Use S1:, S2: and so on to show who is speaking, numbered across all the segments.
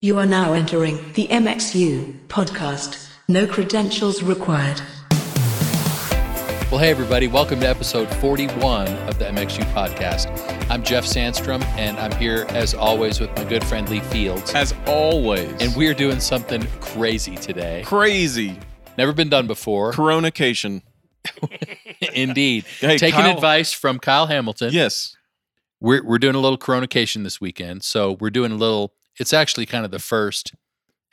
S1: You are now entering the MXU podcast. No credentials required.
S2: Well, hey, everybody, welcome to episode 41 of the MXU podcast. I'm Jeff Sandstrom, and I'm here, as always, with my good friend Lee Fields.
S3: As always.
S2: And we're doing something crazy today.
S3: crazy.
S2: Never been done before.
S3: Coronication.
S2: Indeed.
S3: Hey,
S2: Taking
S3: Kyle-
S2: advice from Kyle Hamilton.
S3: Yes.
S2: We're, we're doing a little Coronication this weekend. So we're doing a little, it's actually kind of the first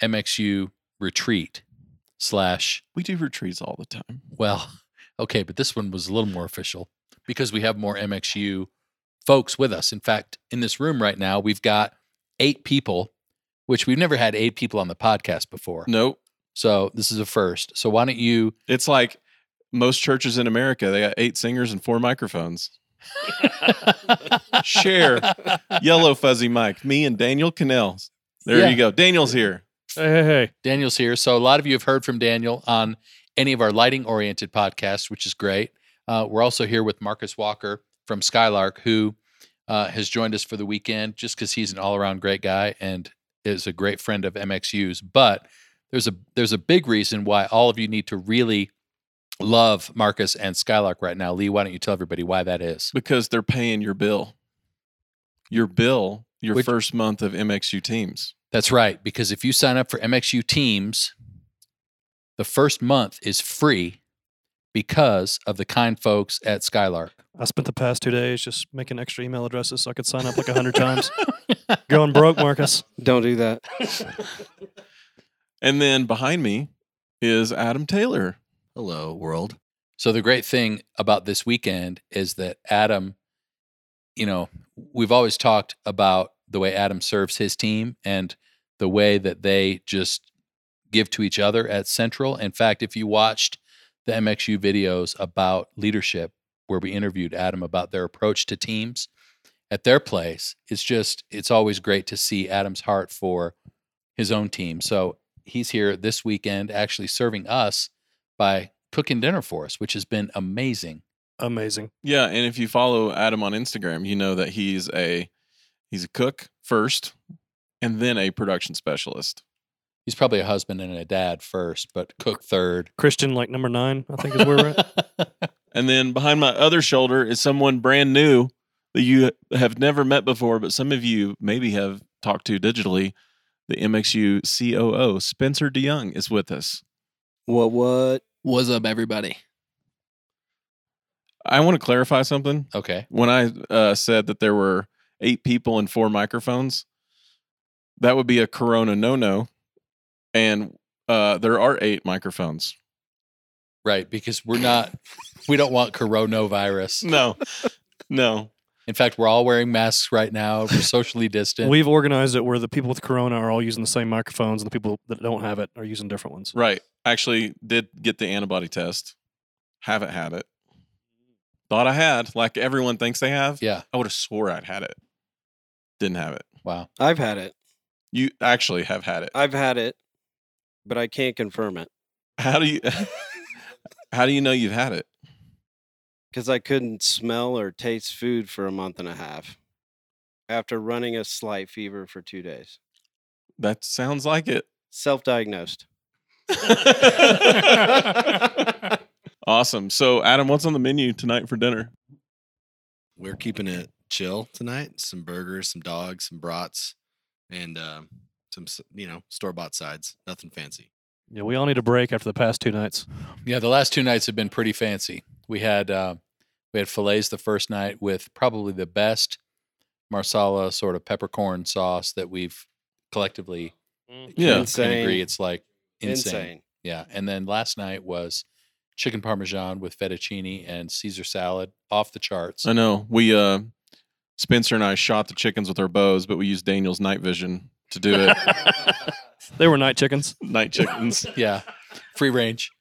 S2: MXU retreat slash,
S3: We do retreats all the time.
S2: well, okay, but this one was a little more official because we have more MXU folks with us. In fact, in this room right now, we've got eight people, which we've never had eight people on the podcast before.
S3: Nope.
S2: So this is a first. So why don't you?
S3: It's like most churches in America, they got eight singers and four microphones. Share yellow fuzzy mic. Me and Daniel Cannell. There
S2: Yeah.
S3: you go. Daniel's here.
S4: Hey, hey, hey.
S2: Daniel's here. So a lot of you have heard from Daniel on any of our lighting oriented podcasts, which is great. Uh, we're also here with Marcus Walker from Skylark, who uh, has joined us for the weekend just because he's an all around great guy and is a great friend of MXU's. But there's a there's a big reason why all of you need to really love Marcus and Skylark right now. Lee, why don't you tell everybody why that is?
S3: Because they're paying your bill. Your bill, your
S2: Which-
S3: first month of MXU teams.
S2: That's right. Because if you sign up for MXU Teams, the first month is free because of the kind folks at Skylark.
S4: I spent the past two days just making extra email addresses so I could sign up like a hundred times. Going broke, Marcus.
S5: Don't do that.
S3: And then behind me is Adam Taylor.
S6: Hello, world.
S2: So the great thing about this weekend is that Adam, you know, we've always talked about the way Adam serves his team and the way that they just give to each other at Central. In fact, if you watched the MXU videos about leadership, where we interviewed Adam about their approach to teams at their place, it's just, it's always great to see Adam's heart for his own team. So he's here this weekend actually serving us by cooking dinner for us, which has been amazing.
S4: Amazing.
S3: Yeah, and if you follow Adam on Instagram, you know that he's a he's a cook first and then a production specialist.
S2: He's probably a husband and a dad first, but cook third.
S4: Christian, like number nine, I think is where we're at.
S3: And then behind my other shoulder is someone brand new that you have never met before, but some of you maybe have talked to digitally. The MXU COO, Spencer DeYoung, is with us.
S5: What? What?
S6: What's up, everybody?
S3: I want to clarify something.
S2: Okay.
S3: When I uh, said that there were eight people and four microphones, that would be a Corona no no. And uh, there are eight microphones.
S2: Right. Because we're not, we don't want coronavirus.
S3: No, no.
S2: In fact, we're all wearing masks right now. We're socially distant.
S4: We've organized it where the people with corona are all using the same microphones and the people that don't have it are using different ones.
S3: Right. Actually, did get the antibody test. Haven't had it. Thought I had, like everyone thinks they have.
S2: yeah.
S3: I would have swore I'd had it. Didn't have it.
S2: Wow.
S5: I've had it.
S3: You actually have had it.
S5: I've had it, but I can't confirm it
S3: How do you? how do you know you've had it?
S5: because I couldn't smell or taste food for a month and a half after running a slight fever for two days.
S3: That sounds like it.
S5: Self-diagnosed.
S3: awesome. So, Adam, what's on the menu tonight for dinner?
S6: We're keeping it chill tonight. Some burgers, some dogs, some brats, and um, some s- you know store bought sides. Nothing fancy.
S4: Yeah, we all need a break after the past two nights.
S2: Yeah. The last two nights have been pretty fancy. We had, uh, we had fillets the first night with probably the best marsala sort of peppercorn sauce that we've collectively
S3: Yeah.
S2: can agree.
S5: Insane.
S2: It's like insane. Yeah. And then last night was chicken parmesan with fettuccine and Caesar salad off the charts.
S3: I know we, uh, Spencer and I shot the chickens with our bows, but we used Daniel's night vision to do it.
S4: They were night chickens.
S3: night chickens.
S2: yeah. Free range.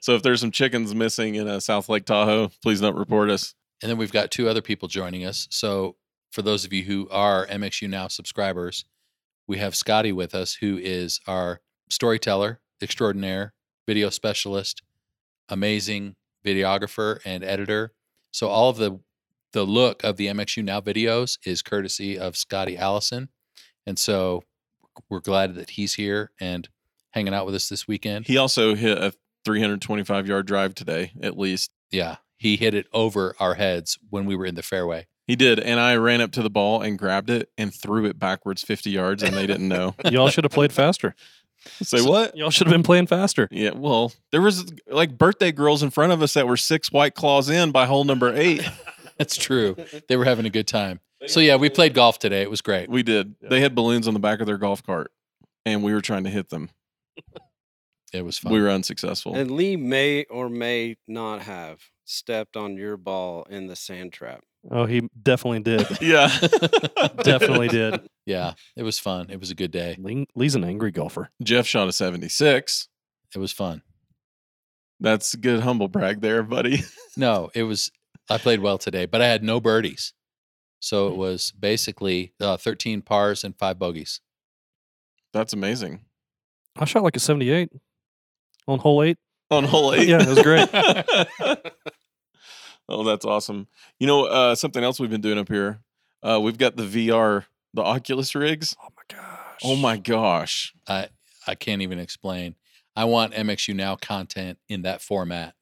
S3: So if there's some chickens missing in uh, South Lake Tahoe, please don't report us.
S2: And then we've got two other people joining us. So for those of you who are MXU Now subscribers, we have Scotty with us, who is our storyteller extraordinaire, video specialist, amazing videographer and editor. So all of the the look of the MXU Now videos is courtesy of Scotty Allison. And so we're glad that he's here and hanging out with us this weekend.
S3: He also hit a 325 yard drive today, at least.
S2: yeah, he hit it over our heads when we were in the fairway.
S3: He did. And I ran up to the ball and grabbed it and threw it backwards 50 yards, and they didn't know.
S4: Y'all should have played faster.
S3: Say what?
S4: Y'all should have been playing faster.
S3: Yeah, well, there was like birthday girls in front of us that were six white claws in by hole number eight.
S2: That's true. they were having a good time. So yeah, we played golf today. It was great.
S3: We did. They had balloons on the back of their golf cart, and we were trying to hit them.
S2: It was fun.
S3: We were unsuccessful.
S5: And Lee may or may not have stepped on your ball in the sand trap.
S4: Oh, he definitely did.
S3: yeah,
S4: definitely did.
S2: yeah, it was fun. It was a good day.
S4: Lee- Lee's an angry golfer.
S3: Jeff shot a 76.
S2: It was fun.
S3: That's a good humble brag there, buddy.
S2: No, it was. I played well today, but I had no birdies, so it
S3: Mm.
S2: was basically uh, 13 pars and five bogeys.
S3: That's amazing.
S4: I shot like a 78 on hole eight.
S3: On hole eight.
S4: Yeah, it was great.
S3: oh, that's awesome. You know, uh, something else we've been doing up here. Uh, we've got the VR, the Oculus rigs.
S4: Oh my gosh.
S3: Oh my gosh.
S2: I I can't even explain. I want MXU now content in that format.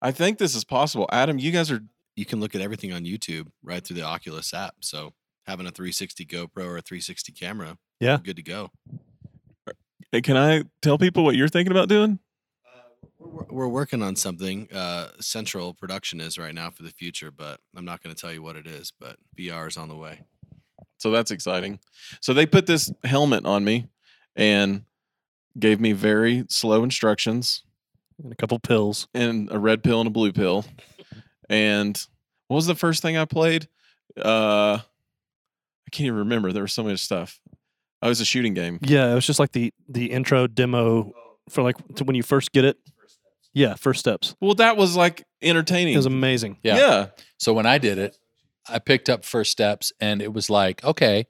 S3: I think this is possible. Adam, you guys are
S6: You can look at everything on YouTube right through the Oculus app. So having a 360 GoPro or a 360 camera,
S4: Yeah.
S6: you're good to go.
S3: Hey, eh, can I tell people what you're thinking about doing?
S6: We're, we're working on something. Uh, Central production is right now for the future, but I'm not going to tell you what it is. But VR is on the way.
S3: So that's exciting. So they put this helmet on me and gave me very slow instructions
S4: And a couple pills.
S3: and a red pill and a blue pill. And what was the first thing I played? Uh I can't even remember. There was so much stuff. Oh, it was a shooting game.
S4: Yeah, it was just like the the intro demo for like to when you first get it. Yeah, first steps.
S3: Well, that was like entertaining.
S4: It was amazing.
S2: Yeah.
S3: yeah.
S2: So when I did it, I picked up first steps and it was like, okay,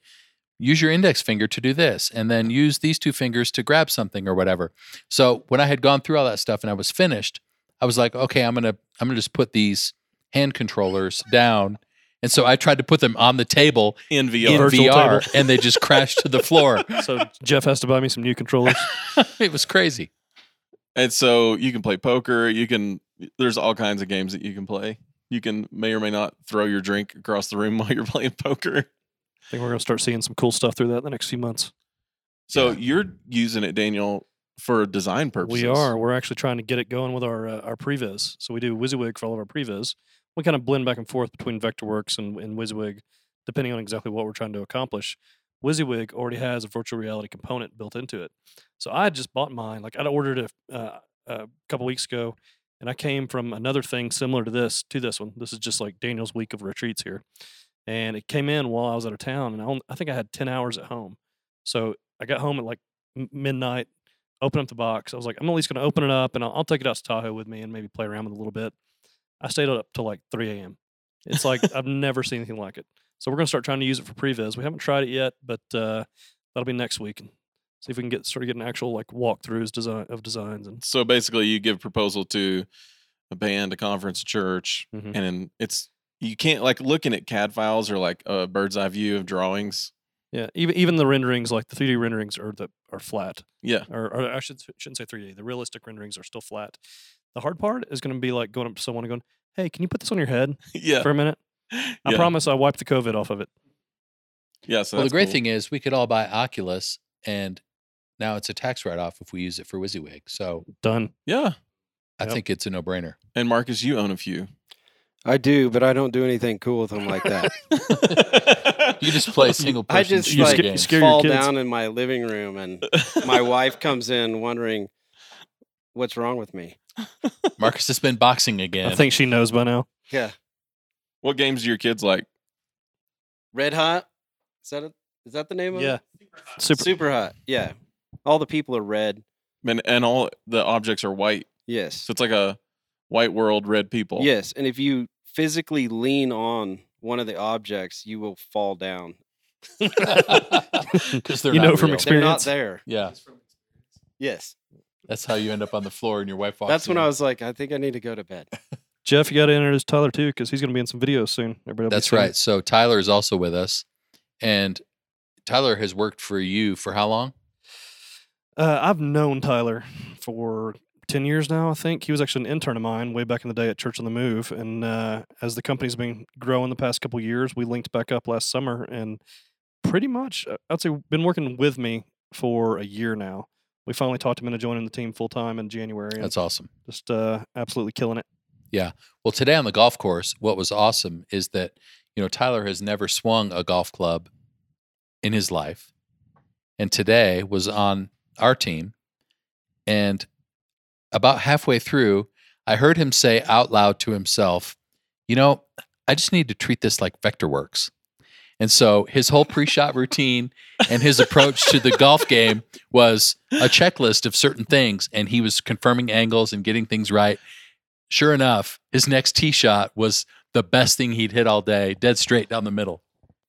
S2: use your index finger to do this and then use these two fingers to grab something or whatever. So when I had gone through all that stuff and I was finished, I was like, okay, I'm going to I'm going to just put these hand controllers down. And so I tried to put them on the table
S3: In VR.
S2: in
S4: Virtual
S2: VR
S4: table.
S2: and they just crashed to the floor.
S4: So Jeff has to buy me some new controllers.
S2: It was crazy.
S3: And so you can play poker. You can. There's all kinds of games that you can play. You can may or may not throw your drink across the room while you're playing poker.
S4: I think we're gonna start seeing some cool stuff through that in the next few months.
S3: So
S2: Yeah.
S3: you're using it, Daniel, for design purposes.
S4: We are. We're actually trying to get it going with our uh, our previs. So we do WYSIWYG for all of our previs. We kind of blend back and forth between VectorWorks and, and WYSIWYG, depending on exactly what we're trying to accomplish. WYSIWYG already has a virtual reality component built into it. So I had just bought mine. Like I'd ordered it uh, a couple weeks ago, and I came from another thing similar to this to this one. This is just like Daniel's week of retreats here, and it came in while I was out of town, and I, on- I think I had ten hours at home. So I got home at like m- midnight open up the box. I was like, I'm at least going to open it up and I'll, I'll take it out to Tahoe with me and maybe play around with it a little bit. I stayed up till like 3 a.m. It's like I've never seen anything like it. So we're going to start trying to use it for previs. We haven't tried it yet, but uh, that'll be next week. And see if we can get sort of get an actual like walkthroughs design of designs and
S3: So basically, you give proposal to a band, a conference, a church,
S4: Mhm.
S3: and it's you can't like looking at CAD files or like a bird's eye view of drawings.
S4: yeah, even even the renderings like the 3D renderings are the are flat.
S3: Yeah.
S4: or, or I should shouldn't say 3D. The realistic renderings are still flat. The hard part is going to be like going up to someone and going, "Hey, can you put this on your head
S3: yeah.
S4: for a minute?" I
S3: yeah.
S4: promise I wiped the COVID off of it.
S3: Yeah. So
S2: well, the
S3: that's
S2: great
S3: cool.
S2: thing is we could all buy Oculus and now it's a tax write-off if we use it for WYSIWYG. So
S4: Done.
S3: Yeah.
S2: I
S4: Yep.
S2: think it's a no-brainer.
S3: And Marcus, you own a few.
S5: I do, but I don't do anything cool with them like that.
S2: You just play single person
S5: I just
S4: You
S2: shooter
S5: like
S4: sca-
S2: games.
S4: scare your
S5: fall
S4: kids.
S5: down in my living room, and my wife comes in wondering what's wrong with me.
S2: Marcus has been boxing again.
S4: I think she knows by now.
S5: Yeah,
S3: What games do your kids like?
S5: Red Hot. Is that a, is that the name of
S4: Yeah.
S5: it?
S4: Super.
S5: Super Hot. Yeah, all the people are red.
S3: And and all the objects are white.
S5: Yes.
S3: So it's like a white world, red people.
S5: Yes, and if you physically lean on one of the objects, you will fall down.
S2: Because they're
S4: You know
S2: not
S4: from
S2: real.
S4: experience.
S5: They're not there.
S2: Yeah,
S5: Yes.
S2: that's how you end up on the floor and your wife walks.
S5: That's when
S2: in.
S5: I was like, I think I need to go to bed.
S4: Jeff, you got to introduce Tyler too, because he's going to be in some videos soon. Everybody. will be
S2: That's
S4: seeing it.
S2: right. So Tyler is also with us, and Tyler has worked for you for how long?
S4: Uh, I've known Tyler for 10 years now, I think. He was actually an intern of mine way back in the day at Church on the Move. And uh, as the company's been growing the past couple years, we linked back up last summer and pretty much, uh, I'd say, been working with me for a year now. We finally talked him into joining the team full time in January. And
S2: That's awesome.
S4: just uh, absolutely killing it.
S2: Well, today on the golf course, what was awesome is that, you know, Tyler has never swung a golf club in his life. And today was on our team. And about halfway through, I heard him say out loud to himself, you know, I just need to treat this like Vectorworks. And so his whole pre shot routine and his approach to the golf game was a checklist of certain things. And he was confirming angles and getting things right sure enough, his next tee shot was the best thing he'd hit all day, dead straight down the middle.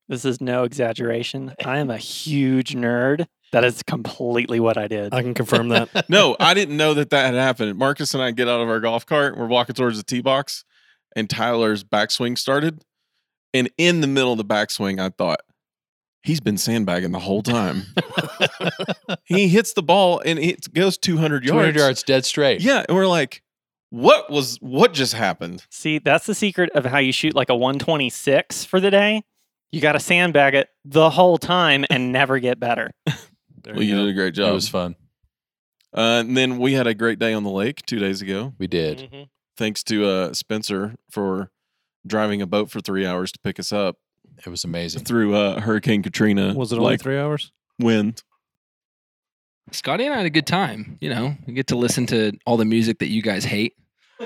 S7: This is no exaggeration. I am a huge nerd. That is completely what I did.
S4: I can confirm that.
S3: No, I didn't know that that had happened. Marcus and I get out of our golf cart. We're walking towards the tee box, and Tyler's backswing started. And in the middle of the backswing, I thought, he's been sandbagging the whole time. he hits the ball and it goes 200 yards.
S2: 200 yards dead straight.
S3: Yeah. And we're like, what was, what just happened?
S7: See, that's the secret of how you shoot like a 126 for the day. You got to sandbag it the whole time and never get better.
S4: There
S3: Well, you did a great
S2: It
S3: job.
S2: was fun.
S3: Uh, and then we had a great day on the lake two days ago.
S2: We did.
S3: Mm-hmm. Thanks to uh, Spencer for driving a boat for three hours to pick us up
S2: It was amazing.
S3: through uh, Hurricane Katrina.
S4: Was it only
S3: like,
S4: three hours?
S3: wind?
S8: Scotty and I had a good time. You know, we get to listen to all the music that you guys hate.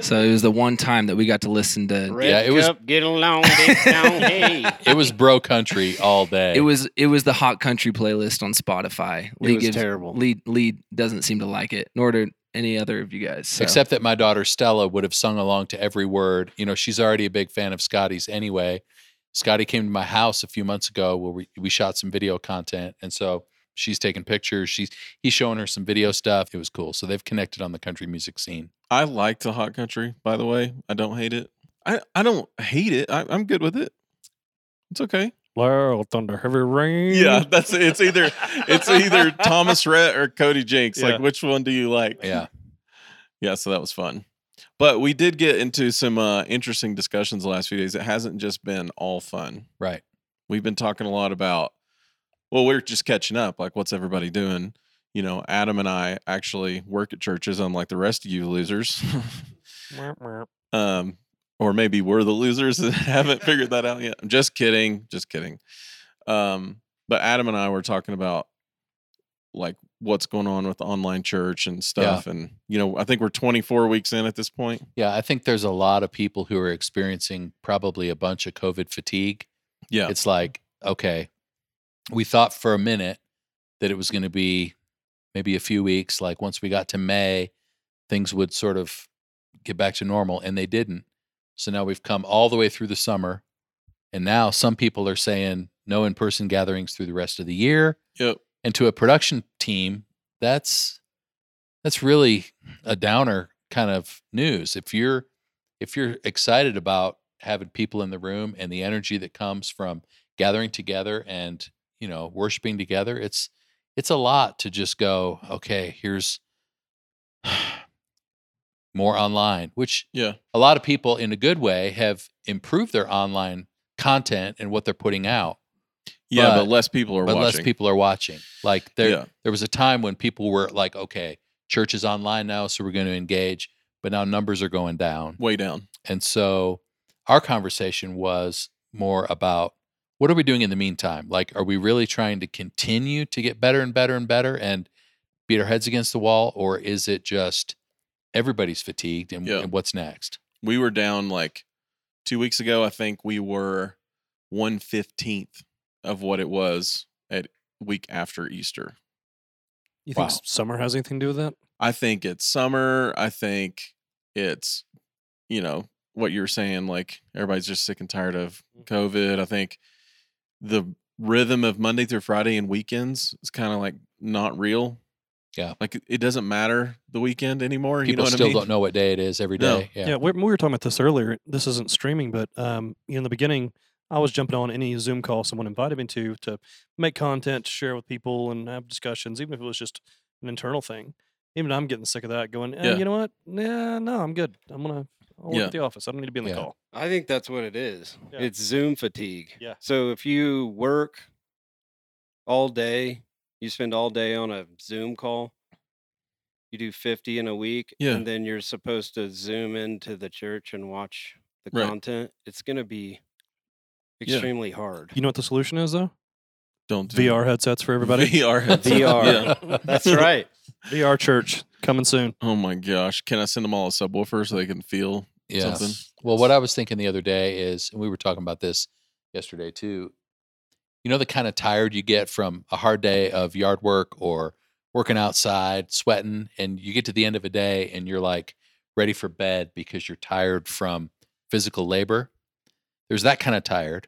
S8: So it was the one time that we got to listen to.
S5: Red
S2: Yeah, it was-
S5: cup, get along, dig down, hey.
S2: It was bro country all day.
S8: It was it was the hot country playlist on Spotify.
S5: It was terrible.
S8: Lee Lee doesn't seem to like it, nor do any other of you guys. so-
S2: Except that my daughter Stella would have sung along to every word. You know, she's already a big fan of Scotty's anyway. Scotty came to my house a few months ago where we, we shot some video content. And so she's taking pictures. She's he's showing her some video stuff. It was cool. So they've connected on the country music scene.
S3: I liked the hot country, by the way. I don't hate it. I, I don't hate it. I, I'm good with it. It's okay.
S4: Loud thunder, heavy rain.
S3: Yeah, that's it's either it's either Thomas Rhett or Cody Jinks.
S4: Yeah.
S3: Like which one do you like?
S2: Yeah.
S3: Yeah, so that was fun. But we did get into some uh, interesting discussions the last few days. It hasn't just been all fun.
S2: Right.
S3: We've been talking a lot about well, we're just catching up, like what's everybody doing? You know, Adam and I actually work at churches unlike the rest of you losers.
S4: Mwah, mwah.
S3: um or maybe we're the losers and haven't figured that out yet i'm just kidding just kidding um but adam and i were talking about like what's going on with online church and stuff and you know i think we're 24 weeks in at this point
S2: Yeah, I think there's a lot of people who are experiencing probably a bunch of COVID fatigue.
S3: yeah
S2: It's like, okay, we thought for a minute that it was going to be maybe a few weeks. Like once we got to May, things would sort of get back to normal, and they didn't. So now we've come all the way through the summer, and now some people are saying no in person gatherings through the rest of the year.
S3: Yep.
S2: And to a production team, that's that's really a downer kind of news. If you're if you're excited about having people in the room and the energy that comes from gathering together and you know worshiping together it's it's a lot to just go okay here's more online which
S3: yeah
S2: a lot of people in a good way have improved their online content and what they're putting out
S3: yeah but,
S2: But-
S3: less people are
S2: but
S3: watching
S2: less people are watching like there
S3: yeah
S2: there was a time when people were like okay church is online now so we're going to engage but now numbers are going down
S3: way down
S2: and so our conversation was more about what are we doing in the meantime? Like, are we really trying to continue to get better and better and better and beat our heads against the wall? Or is it just everybody's fatigued and,
S3: Yeah.
S2: and what's next?
S3: we were down like two weeks ago i think we were 115th of what it was at week after easter
S4: You
S2: Wow.
S4: think s- summer has anything to do with that?
S3: I think it's summer. I think it's, you know, what you were saying, like everybody's just sick and tired of
S2: Mm-hmm.
S3: COVID. I think the rhythm of Monday through Friday and weekends is kind of like not real.
S2: Yeah.
S3: Like it- it doesn't matter the weekend anymore. you know
S2: People
S3: what
S2: still
S3: I mean?
S2: don't know what day it is every
S3: No.
S2: day. Yeah.
S4: Yeah, we we were talking about this earlier. This isn't streaming, but um, you know, in the beginning, I was jumping on any Zoom call someone invited me to to make content, to share with people, and have discussions, even if it was just an internal thing. Even I'm getting sick of that. Going, eh,
S3: Yeah.
S4: you know what? Nah, no, I'm good. I'm gonna I'll work
S3: Yeah.
S4: at the office. I don't need to be in the
S2: Yeah.
S4: call.
S5: I think that's what it is.
S4: Yeah.
S5: It's Zoom fatigue.
S4: Yeah.
S5: So if you work all day, you spend all day on a Zoom call, you do 50 in a week,
S3: Yeah.
S5: and then you're supposed to Zoom into the church and watch the
S3: Right.
S5: content, it's going to be
S3: Yeah.
S5: extremely hard.
S4: You know what the solution is though?
S3: Don't do
S4: VR headsets for everybody.
S3: VR. headset.
S5: VR.
S3: Yeah.
S5: That's right.
S4: VR church coming soon.
S3: Oh my gosh! Can I send them all a subwoofer so they can feel
S2: Yeah.
S3: something?
S2: Well, what I was thinking the other day is, and we were talking about this yesterday too. You know the kind of tired you get from a hard day of yard work or working outside, sweating, and you get to the end of a day and you're like ready for bed because you're tired from physical labor. There's that kind of tired,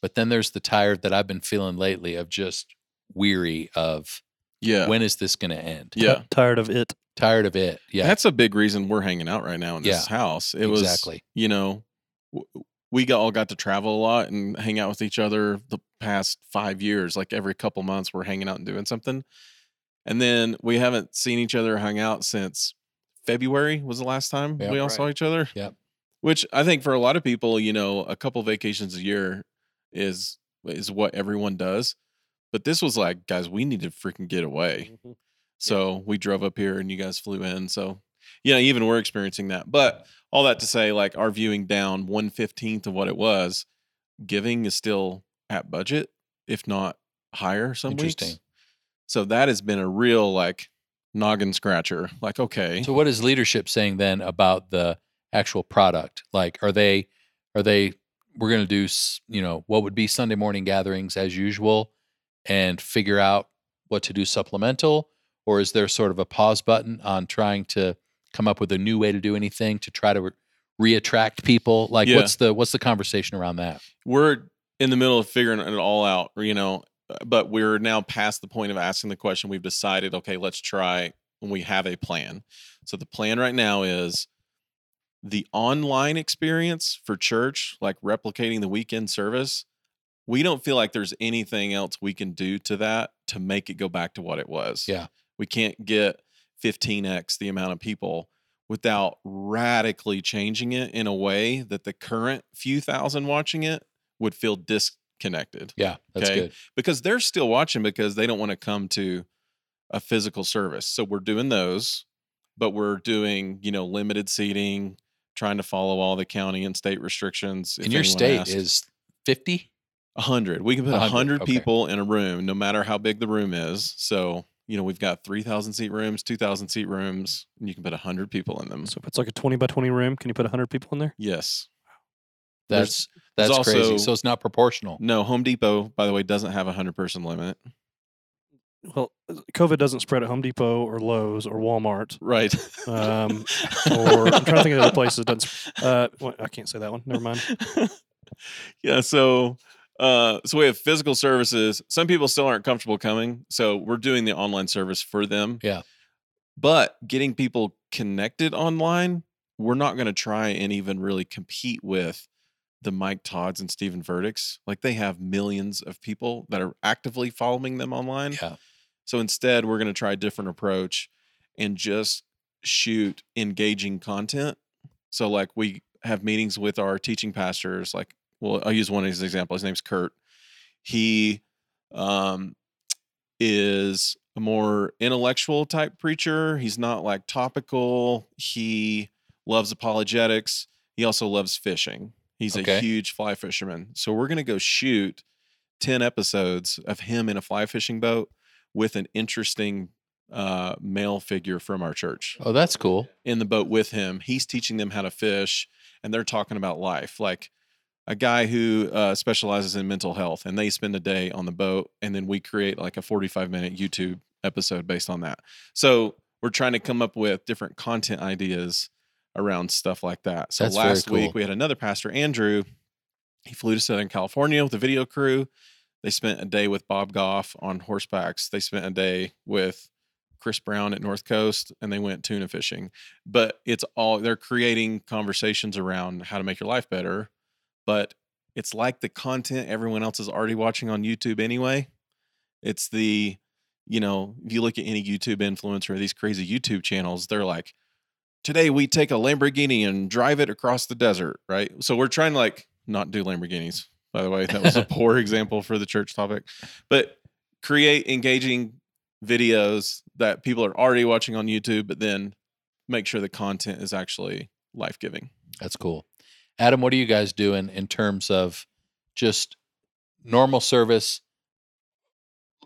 S2: but then there's the tired that I've been feeling lately of just weary of
S3: Yeah.
S2: when is this going to end?
S3: yeah.
S4: Ti- tired of it.
S2: Tired of it. Yeah.
S3: That's a big reason we're hanging out right now in this house. It was
S2: Exactly.
S3: you know, w- we got, all got to travel a lot and hang out with each other the past five years. Like every couple months, we're hanging out and doing something. And then we haven't seen each other, hung out since February was the last time
S2: Yep.
S3: we all saw
S5: Right.
S3: each other.
S2: Yep.
S3: Which I think for a lot of people, you know, a couple vacations a year is is what everyone does. But this was like, guys, we need to freaking get away. So we drove up here and you guys flew in. So yeah, even we're experiencing that. But all that to say, like our viewing down one fifteenth of what it was, giving is still at budget, if not higher some weeks.
S2: Interesting.
S3: So that has been a real like noggin scratcher. Like, okay.
S2: So what is leadership saying then about the actual product? Like are they are they we're going to do, s- you know, what would be Sunday morning gatherings as usual and figure out what to do supplemental or is there sort of a pause button on trying to come up with a new way to do anything to try to re- reattract people? Like
S3: Yeah.
S2: what's the what's the conversation around that?
S3: we're in the middle of figuring it all out, you know, but we're now past the point of asking the question. We've decided, okay, let's try and we have a plan. So the plan right now is the online experience for church, like replicating the weekend service. We don't feel like there's anything else we can do to that to make it go back to what it was.
S2: Yeah.
S3: We can't get 15x the amount of people without radically changing it in a way that the current few thousand watching it would feel disconnected
S2: Yeah, that's
S3: Okay.
S2: good.
S3: because they're still watching because they don't want to come to a physical service. So we're doing those, but we're doing, you know, limited seating, trying to follow all the county and state restrictions.
S2: And your state is 50?
S3: 100. We can put
S2: 100,
S3: 100,
S2: okay.
S3: people in a room, no matter how big the room is. So, you know, we've got 3,000 seat rooms, 2,000 seat rooms, and you can put 100 people in them.
S4: So if it's like a twenty by twenty room, can you put hundred people in there?
S3: Yes.
S2: That's
S3: There's-
S2: that's
S3: there's
S2: crazy.
S3: also- Mm.
S2: So it's not proportional.
S3: No, Home Depot, by the way, doesn't have a 100 person limit.
S4: Well, COVID doesn't spread at Home Depot or Lowe's or Walmart.
S3: Right.
S4: Um, or- I'm trying to think of other places that doesn't Uh, well, I can't say that one. Never mind.
S3: yeah, so uh so we have physical services. Some people still aren't comfortable coming, so we're doing the online service for them.
S2: Yeah.
S3: But getting people connected online, we're not going to try and even really compete with the Mike Todds and Stephen Verdicks. Like they have millions of people that are actively following them online.
S2: Yeah.
S3: So instead, we're going to try a different approach and just shoot engaging content. So, like, we have meetings with our teaching pastors. Like, well, I'll use one as an example. His name's Kurt. He um, is a more intellectual type preacher. He's not like topical. He loves apologetics. He also loves fishing. He's
S2: Okay.
S3: a huge fly fisherman. So, we're going to go shoot 10 episodes of him in a fly fishing boat with an interesting uh, male figure from our church
S2: Oh, that's cool.
S3: in the boat with him. He's teaching them how to fish, and they're talking about life, like a guy who uh, specializes in mental health. And they spend a day on the boat, and then we create like a forty-five minute YouTube episode based on that. So we're trying to come up with different content ideas around stuff like that. So
S2: That's very
S3: last
S2: cool.
S3: week we had another pastor, Andrew. He flew to Southern California with a video crew. They spent a day with Bob Goff on horsebacks. They spent a day with Chris Brown at North Coast, and they went tuna fishing. But it's all they're creating conversations around how to make your life better, but It's like the content everyone else is already watching on YouTube anyway. It's the, you know, if you look at any YouTube influencer, these crazy YouTube channels, they're like, today we take a Lamborghini and drive it across the desert, right? So we're trying to like not do Lamborghinis, by the way. That was a poor example for the church topic, but create engaging videos that people are already watching on YouTube, but then make sure the content is actually life giving.
S2: That's cool. Adam, what are you guys doing in terms of just normal service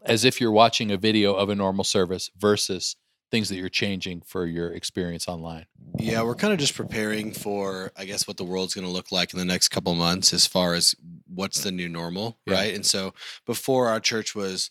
S2: as if you're watching a video of a normal service versus things that you're changing for your experience online?
S6: Yeah, we're kind of just preparing for, I guess, what the world's going to look like in the next couple months as far as what's the new normal,
S2: Yeah.
S6: right? And so before our church was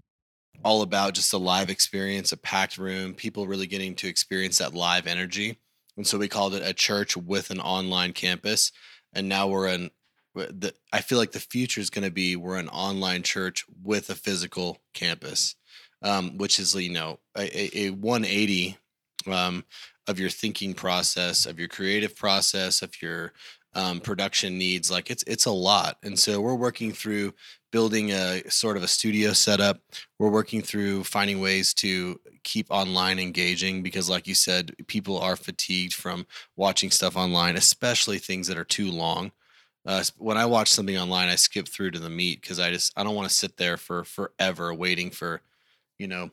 S6: all about just the live experience, a packed room, people really getting to experience that live energy. And so we called it a church with an online campus. And now we're in, w- the, I feel like the future is going to be we're an online church with a physical campus, um, which is, you know, a, a, a 180. Um, of your thinking process, of your creative process, of your um, production needs. Like it's it's a lot, and so we're working through building a sort of a studio setup. We're working through finding ways to keep online engaging because, like you said, people are fatigued from watching stuff online, especially things that are too long. Uh, s- when I watch something online, I skip through to the meat because I just I don't want to sit there for forever waiting for, you know,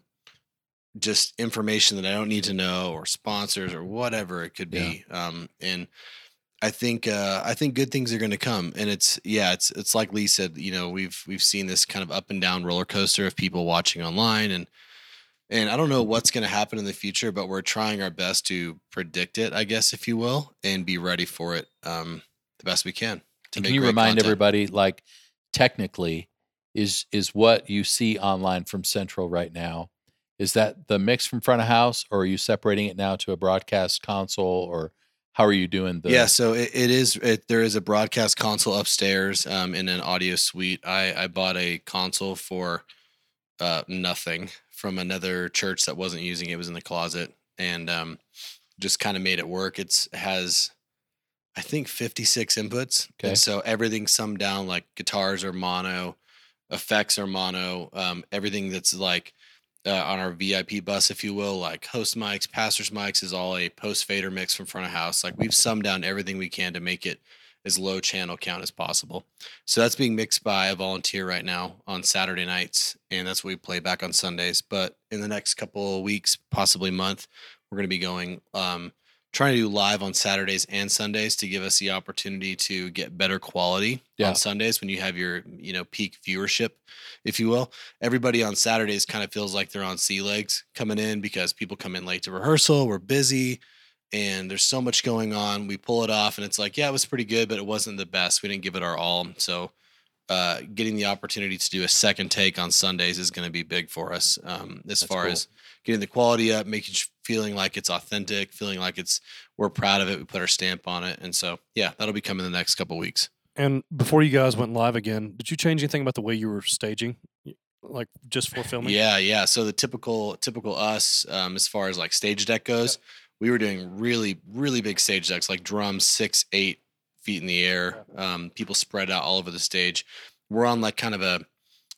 S6: just information that I don't need to know or sponsors or whatever it could
S2: Yeah.
S6: be. Um, and I think uh, I think good things are going to come. And it's yeah, it's it's like Lee said. You know, we've we've seen this kind of up and down roller coaster of people watching online and. And I don't know what's going to happen in the future, but we're trying our best to predict it, I guess, if you will, and be ready for it um, the best we can. to
S2: And
S6: make
S2: can you
S6: great
S2: remind
S6: content.
S2: everybody, like, technically, is is what you see online from Central right now? Is that the mix from front of house, or are you separating it now to a broadcast console, or how are you doing the?
S6: yeah so it, it is it, there is a broadcast console upstairs um, in an audio suite i i bought a console for uh nothing from another church that wasn't using it, it was in the closet and um just kind of made it work it's has i think 56 inputs
S2: Okay.
S6: and so everything's summed down like guitars are mono effects are mono um everything that's like uh, on our VIP bus, if you will, like host mics, pastors mics is all a post fader mix from front of house. Like we've summed down everything we can to make it as low channel count as possible. So that's being mixed by a volunteer right now on Saturday nights, and that's what we play back on Sundays. But in the next couple of weeks, possibly month, we're going to be going um, trying to do live on Saturdays and Sundays to give us the opportunity to get better quality
S2: Yeah.
S6: on Sundays when you have your you know peak viewership, if you will everybody on Saturdays kind of feels like they're on sea legs coming in because people come in late to rehearsal. We're busy and there's so much going on. We pull it off and it's like, yeah, it was pretty good, but it wasn't the best. We didn't give it our all. So, uh, getting the opportunity to do a second take on Sundays is going to be big for us um, as far
S2: cool.
S6: as getting the quality up, making sh- feeling like it's authentic, feeling like it's we're proud of it. We put our stamp on it, and so yeah, that'll be coming the next couple weeks.
S4: And before you guys went live again, did you change anything about the way you were staging, Y- like just for filming?
S6: Yeah, yeah. So the typical typical us, um, as far as like stage deck goes, we were doing really really big stage decks, like drums six eight feet in the air. Um, people spread out all over the stage. We're on like kind of a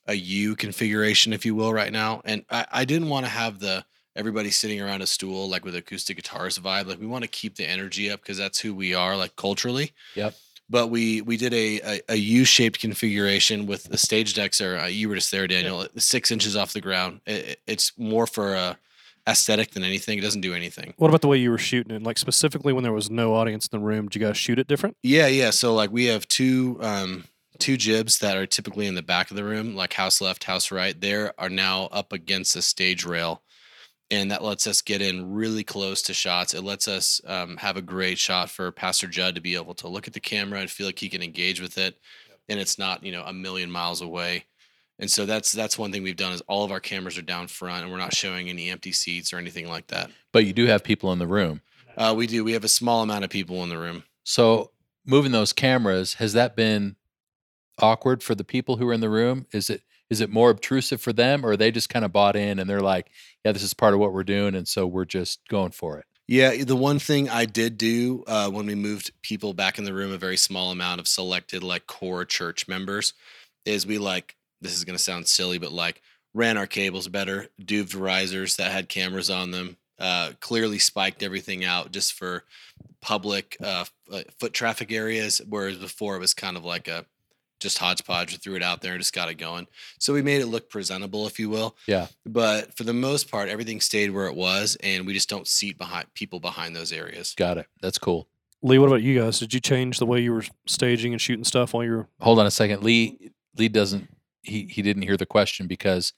S6: a U configuration, if you will, right now. And I, I didn't want to have the everybody sitting around a stool like with acoustic guitars vibe. Like we want to keep the energy up because that's who we are, like culturally.
S2: Yep.
S6: But we we did a a, a U shaped configuration with the stage decks. Or uh, you were just there, Daniel, six inches off the ground. It, it- it's more for uh, aesthetic than anything. It doesn't do anything.
S4: What about the way you were shooting it? Like specifically when there was no audience in the room, did you guys shoot it different?
S6: Yeah, yeah. So like we have two um two jibs that are typically in the back of the room, like house left, house right. There are now up against the stage rail. And that lets us get in really close to shots. It lets us um, have a great shot for Pastor Judd to be able to look at the camera and feel like he can engage with it, and it's not you know a million miles away. And so that's that's one thing we've done is all of our cameras are down front, and we're not showing any empty seats or anything like that.
S2: But you do have people in the room.
S6: Uh, we do. We have a small amount of people in the room.
S2: So moving those cameras has that been awkward for the people who are in the room? Is it is it more obtrusive for them, or are they just kind of bought in and they're like, yeah, this is part of what we're doing, and so we're just going for it?
S6: Yeah, the one thing I did do uh, when we moved people back in the room, a very small amount of selected like core church members, is we like this is gonna sound silly, but like ran our cables better, duved risers that had cameras on them, uh, clearly spiked everything out just for public uh, f- uh, foot traffic areas, whereas before it was kind of like a just hodgepodge. We threw it out there and just got it going. So we made it look presentable, if you will.
S2: Yeah.
S6: But for the most part, everything stayed where it was, and we just don't seat behind people behind those areas.
S2: Got it. That's cool.
S4: Lee, what about you guys? Did you change the way you were staging and shooting stuff while you were?
S2: hold on a second. Lee Lee doesn't he he didn't hear the question because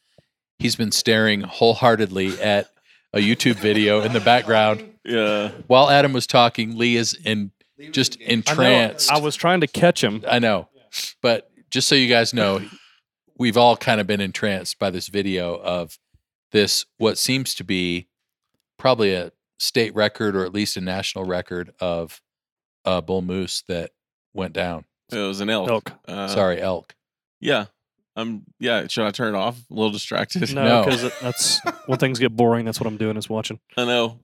S2: he's been staring wholeheartedly at a YouTube video in the background
S3: Yeah.
S2: while Adam was talking. Lee is in just entranced.
S4: I was trying to catch him.
S2: I know, but just so you guys know, we've all kind of been entranced by this video of this what seems to be probably a state record or at least a national record of a bull moose that went down.
S3: It was an elf.
S4: Elk.
S3: Uh,
S2: Sorry, elk.
S3: Yeah. I'm. Yeah. Should I turn it off? A little distracted.
S4: No,
S2: No.
S4: because that's when things get boring. That's what I'm doing is watching.
S3: I know.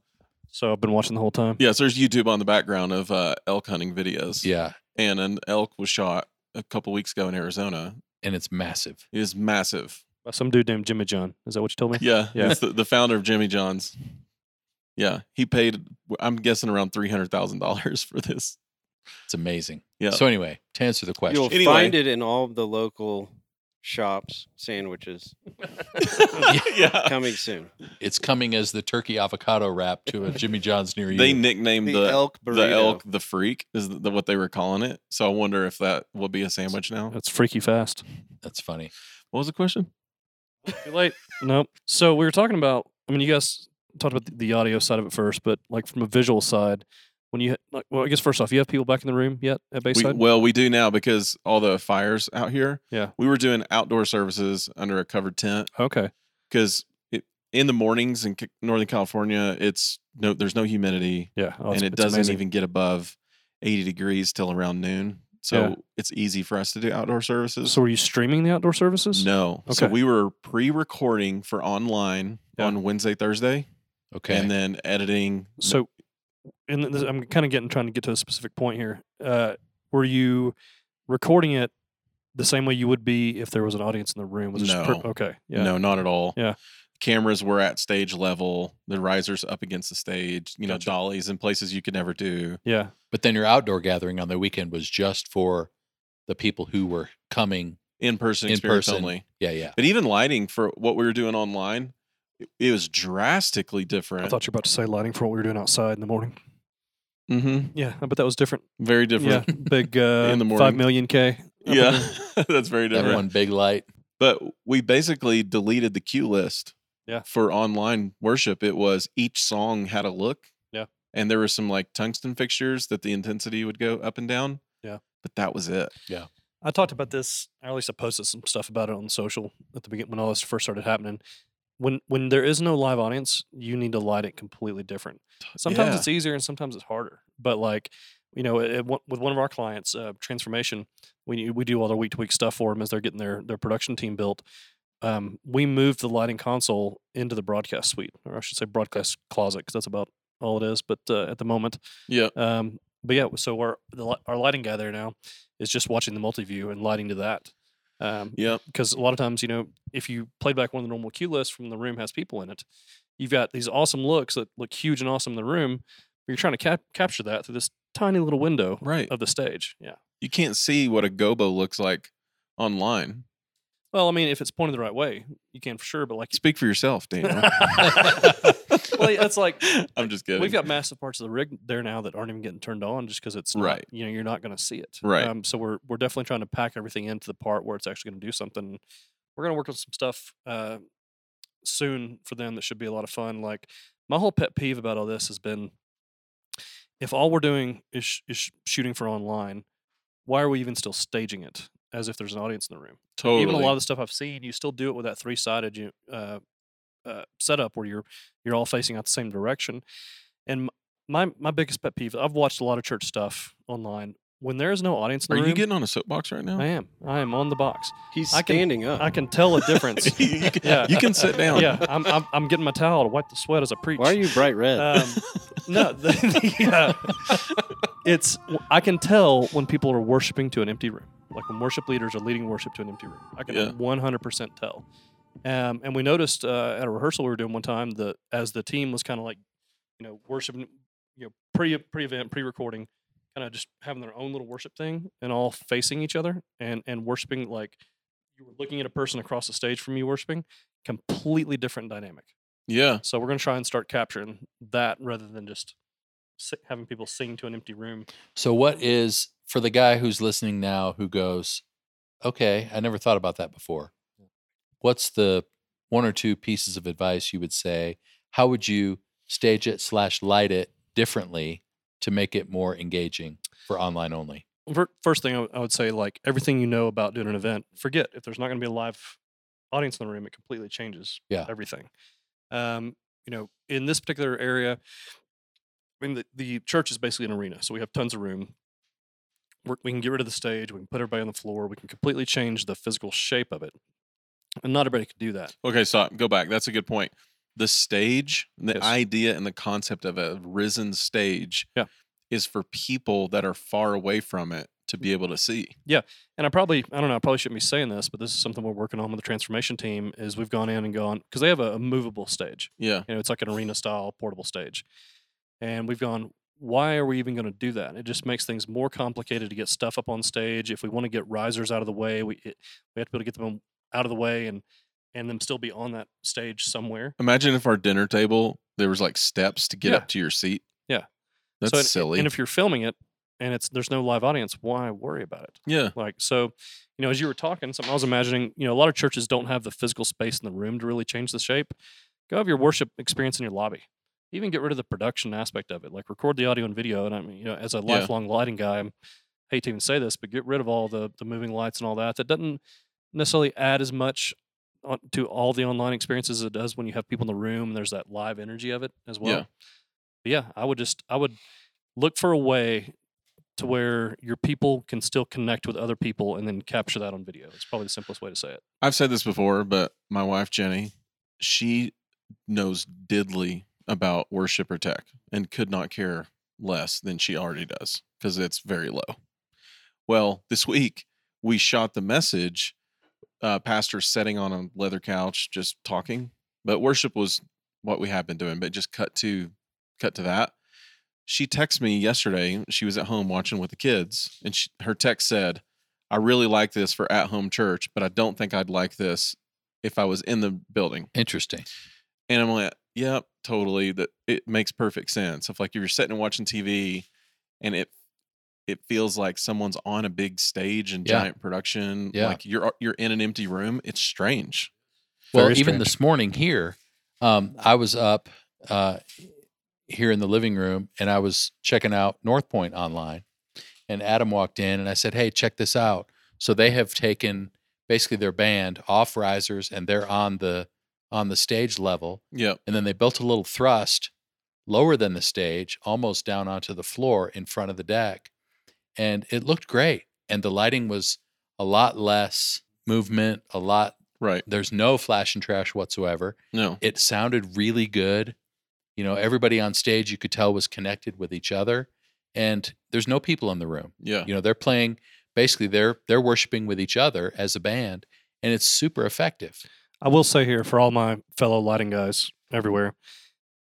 S4: So I've been watching the whole time.
S3: Yes. There's YouTube on the background of uh, elk hunting videos.
S2: Yeah,
S3: And an elk was shot a couple weeks ago in Arizona.
S2: and it's massive.
S3: It is massive.
S4: By some dude named Jimmy John. Is that what you told me?
S3: Yeah.
S4: Yeah.
S3: It's the, the founder of Jimmy John's. Yeah. He paid. I'm guessing around three hundred thousand dollars for this.
S2: It's amazing.
S3: Yeah.
S2: So anyway, to answer the question,
S5: You'll
S3: Anyway.
S5: find it in all of the local shops, sandwiches
S3: yeah.
S5: coming soon.
S2: it's coming as the turkey avocado wrap to a Jimmy John's near you.
S3: They nicknamed
S5: The,
S3: the,
S5: elk burrito.
S3: the elk the freak is the, what they were calling it. So I wonder if that will be a sandwich now.
S4: That's freaky fast.
S2: That's funny.
S3: What was the question?
S4: Too late. nope. So we were talking about. I mean, you guys talked about the- the audio side of it first, but like from a visual side, when you like, well, I guess first off, you have people back in the room yet at
S3: We,
S4: Bayside?
S3: well, we do now because all the fires out here.
S4: Yeah.
S3: We were doing outdoor services under a covered tent
S4: okay.
S3: because in the mornings in Ca- Northern California, it's no, there's no humidity
S4: Yeah. Oh, it's-
S3: and it
S4: it's
S3: doesn't
S4: amazing.
S3: even get above 80 degrees till around noon. So
S4: Yeah.
S3: it's easy for us to do outdoor services.
S4: So were you streaming the outdoor services?
S3: no. So
S4: Okay.
S3: we were pre recording for online
S4: Yeah.
S3: on Wednesday, Thursday,
S2: Okay.
S3: and then editing
S4: So, and th- this, I'm kind of getting trying to get to a specific point here. Uh, were you recording it the same way you would be if there was an audience in the room? Was it just
S3: No.
S4: okay. Yeah.
S3: No, not at all.
S4: Yeah.
S3: Cameras were at stage level, the risers up against the stage, you know, dollies in places you could never do.
S4: Yeah.
S2: but then your outdoor gathering on the weekend was just for the people who were coming.
S3: In person
S2: In
S3: experience
S2: person.
S3: only.
S2: Yeah, yeah.
S3: But even lighting for what we were doing online, it, it was drastically different.
S4: I thought you were about to say lighting for what we were doing outside in the morning.
S3: mm-hmm.
S4: Yeah, but that was different.
S3: Very different.
S4: Yeah, big uh,
S3: In the
S4: five
S3: morning.
S4: million K.
S3: Yeah. That's very
S2: That
S3: different.
S2: one big light.
S3: But we basically deleted the cue list
S4: Yeah.
S3: for online worship. It was each song had a look.
S4: Yeah.
S3: And there were some like tungsten fixtures that the intensity would go up and down.
S4: Yeah.
S3: But that was it.
S4: I talked about this, or at least I posted some stuff about it on social at the beginning when all this first started happening. When when there is no live audience, you need to light it completely different. Sometimes
S3: yeah.
S4: it's easier and sometimes it's harder. But like you know, it, it- with one of our clients, uh, Transformation, we we do all their week to week stuff for them as they're getting their their production team built. Um, we moved the lighting console into the broadcast suite, or I should say broadcast closet, because that's about all it is. But uh, at the moment,
S3: Yeah.
S4: um, but yeah, so our the, li- our lighting guy there now is just watching the multi-view and lighting to that. Um,
S3: Yeah.
S4: because a lot of times, you know, if you played back one of the normal cue lists from the room has people in it, you've got these awesome looks that look huge and awesome in the room, but you're trying to cap- capture that through this tiny little window
S3: Right.
S4: of the stage. Yeah.
S3: you can't see what a gobo looks like online.
S4: Well, I mean, if it's pointed the right way, you can for sure. But like,
S3: Speak for yourself, Daniel.
S4: well, that's like
S3: I'm just kidding.
S4: We've got massive parts of the rig there now that aren't even getting turned on just because it's not,
S3: Right.
S4: You know, you're not going to see it.
S3: Right.
S4: Um, so we're we're definitely trying to pack everything into the part where it's actually going to do something. We're going to work on some stuff uh, soon for them that should be a lot of fun. Like my whole pet peeve about all this has been, if all we're doing is sh- is sh- shooting for online, why are we even still staging it as if there's an audience in the room?
S3: totally.
S4: even a lot of the stuff I've seen, you still do it with that three sided you uh, uh, setup where you're you're all facing out the same direction. And m- my my biggest pet peeve, I've watched a lot of church stuff online, when there is no audience in
S3: Are
S4: the
S3: you
S4: room,
S3: getting on a soapbox right now?
S4: I am. I am on the box.
S5: He's
S4: I can-
S5: standing up.
S4: I can tell a difference.
S3: you, can,
S4: Yeah.
S3: you can sit down.
S4: yeah, I'm, I'm, I'm getting my towel to wipe the sweat as I preach.
S5: Why are you bright red?
S4: Um, no, the, the, uh, it's I can tell when people are worshiping to an empty room, like when worship leaders are leading worship to an empty room. I
S3: Yeah.
S4: can one hundred percent tell. Um, and we noticed uh, at a rehearsal we were doing one time that as the team was kind of like, you know, worshiping, you know, pre pre event, pre recording, kind of just having their own little worship thing and all facing each other and and worshiping like you were looking at a person across the stage from you worshiping, completely different dynamic.
S3: Yeah.
S4: So we're going to try and start capturing that rather than just si- having people sing to an empty room.
S2: So, what is for the guy who's listening now who goes, okay, I never thought about that before? What's the one or two pieces of advice you would say? How would you stage it slash light it differently to make it more engaging for online only?
S4: Fir- First thing I w- I would say, like everything you know about doing an event, forget if there's not going to be a live audience in the room, it completely changes
S2: Yeah.
S4: everything. Um, you know, in this particular area, I mean, the, the church is basically an arena, so we have tons of room. We're, we can get rid of the stage, we can put everybody on the floor, we can completely change the physical shape of it. And not everybody could do that.
S3: Okay, stop. Go back. That's a good point. The stage, the
S4: Yes.
S3: idea and the concept of a risen stage
S4: Yeah.
S3: is for people that are far away from it to
S4: Mm.
S3: be able to see.
S4: and I probably I don't know I probably shouldn't be saying this, but this is something we're working on with the transformation team. Is we've gone in and gone because they have a, a movable stage.
S3: Yeah.
S4: You know, it's like an arena style portable stage, and we've gone. Why are we even going to do that? It just makes things more complicated to get stuff up on stage. If we want to get risers out of the way, we it, we have to be able to get them out of the way and and them still be on that stage somewhere.
S3: Imagine if our dinner table there was like steps to get
S4: Yeah.
S3: up to your seat.
S4: Yeah.
S3: That's
S4: So, and-
S3: silly.
S4: And if you're filming it and it's there's no live audience, why worry about it?
S3: yeah.
S4: Like so, you know, as you were talking, something I was imagining, you know, a lot of churches don't have the physical space in the room to really change the shape. Go have your worship experience in your lobby. Even get rid of the production aspect of it. Like record the audio and video. And I mean, you know, as a
S3: Yeah.
S4: lifelong lighting guy, I hate to even say this, but get rid of all the the moving lights and all that. That doesn't necessarily add as much on, to all the online experiences as it does when you have people in the room. There's that live energy of it as well.
S3: Yeah.
S4: But yeah, I would just I would look for a way to where your people can still connect with other people and then capture that on video. It's probably the simplest way to say it.
S3: I've said this before, but my wife Jenny, she knows diddly about worshiper tech and could not care less than she already does because it's very low. Well, this week we shot the message, uh, pastor sitting on a leather couch just talking, but worship was what we had been doing. But just cut to cut to that. She texted me yesterday. She was at home watching with the kids, and she, her text said, I really like this for at home church, but I don't think I'd like this if I was in the building.
S2: Interesting.
S3: And I'm like, yep, totally. That it makes perfect sense. If like you're sitting and watching TV and it it feels like someone's on a big stage and
S2: Yeah.
S3: giant production,
S2: Yeah.
S3: like you're you're in an empty room, it's strange.
S2: Well,
S4: Very
S2: even
S4: strange.
S2: this morning here, um, I was up uh, here in the living room and I was checking out North Point online. And Adam walked in and I said, Hey, check this out. So they have taken basically their band off risers and they're on the on the stage level.
S3: Yep.
S2: And then they built a little thrust lower than the stage, almost down onto the floor in front of the deck. And it looked great. And the lighting was a lot less movement, a lot
S3: Right.
S2: there's no flash and trash whatsoever.
S3: No.
S2: It sounded really good. You know, everybody on stage you could tell was connected with each other and there's no people in the room.
S3: Yeah.
S2: You know, they're playing basically they're they're worshiping with each other as a band and it's super effective.
S4: I will say here for all my fellow lighting guys everywhere,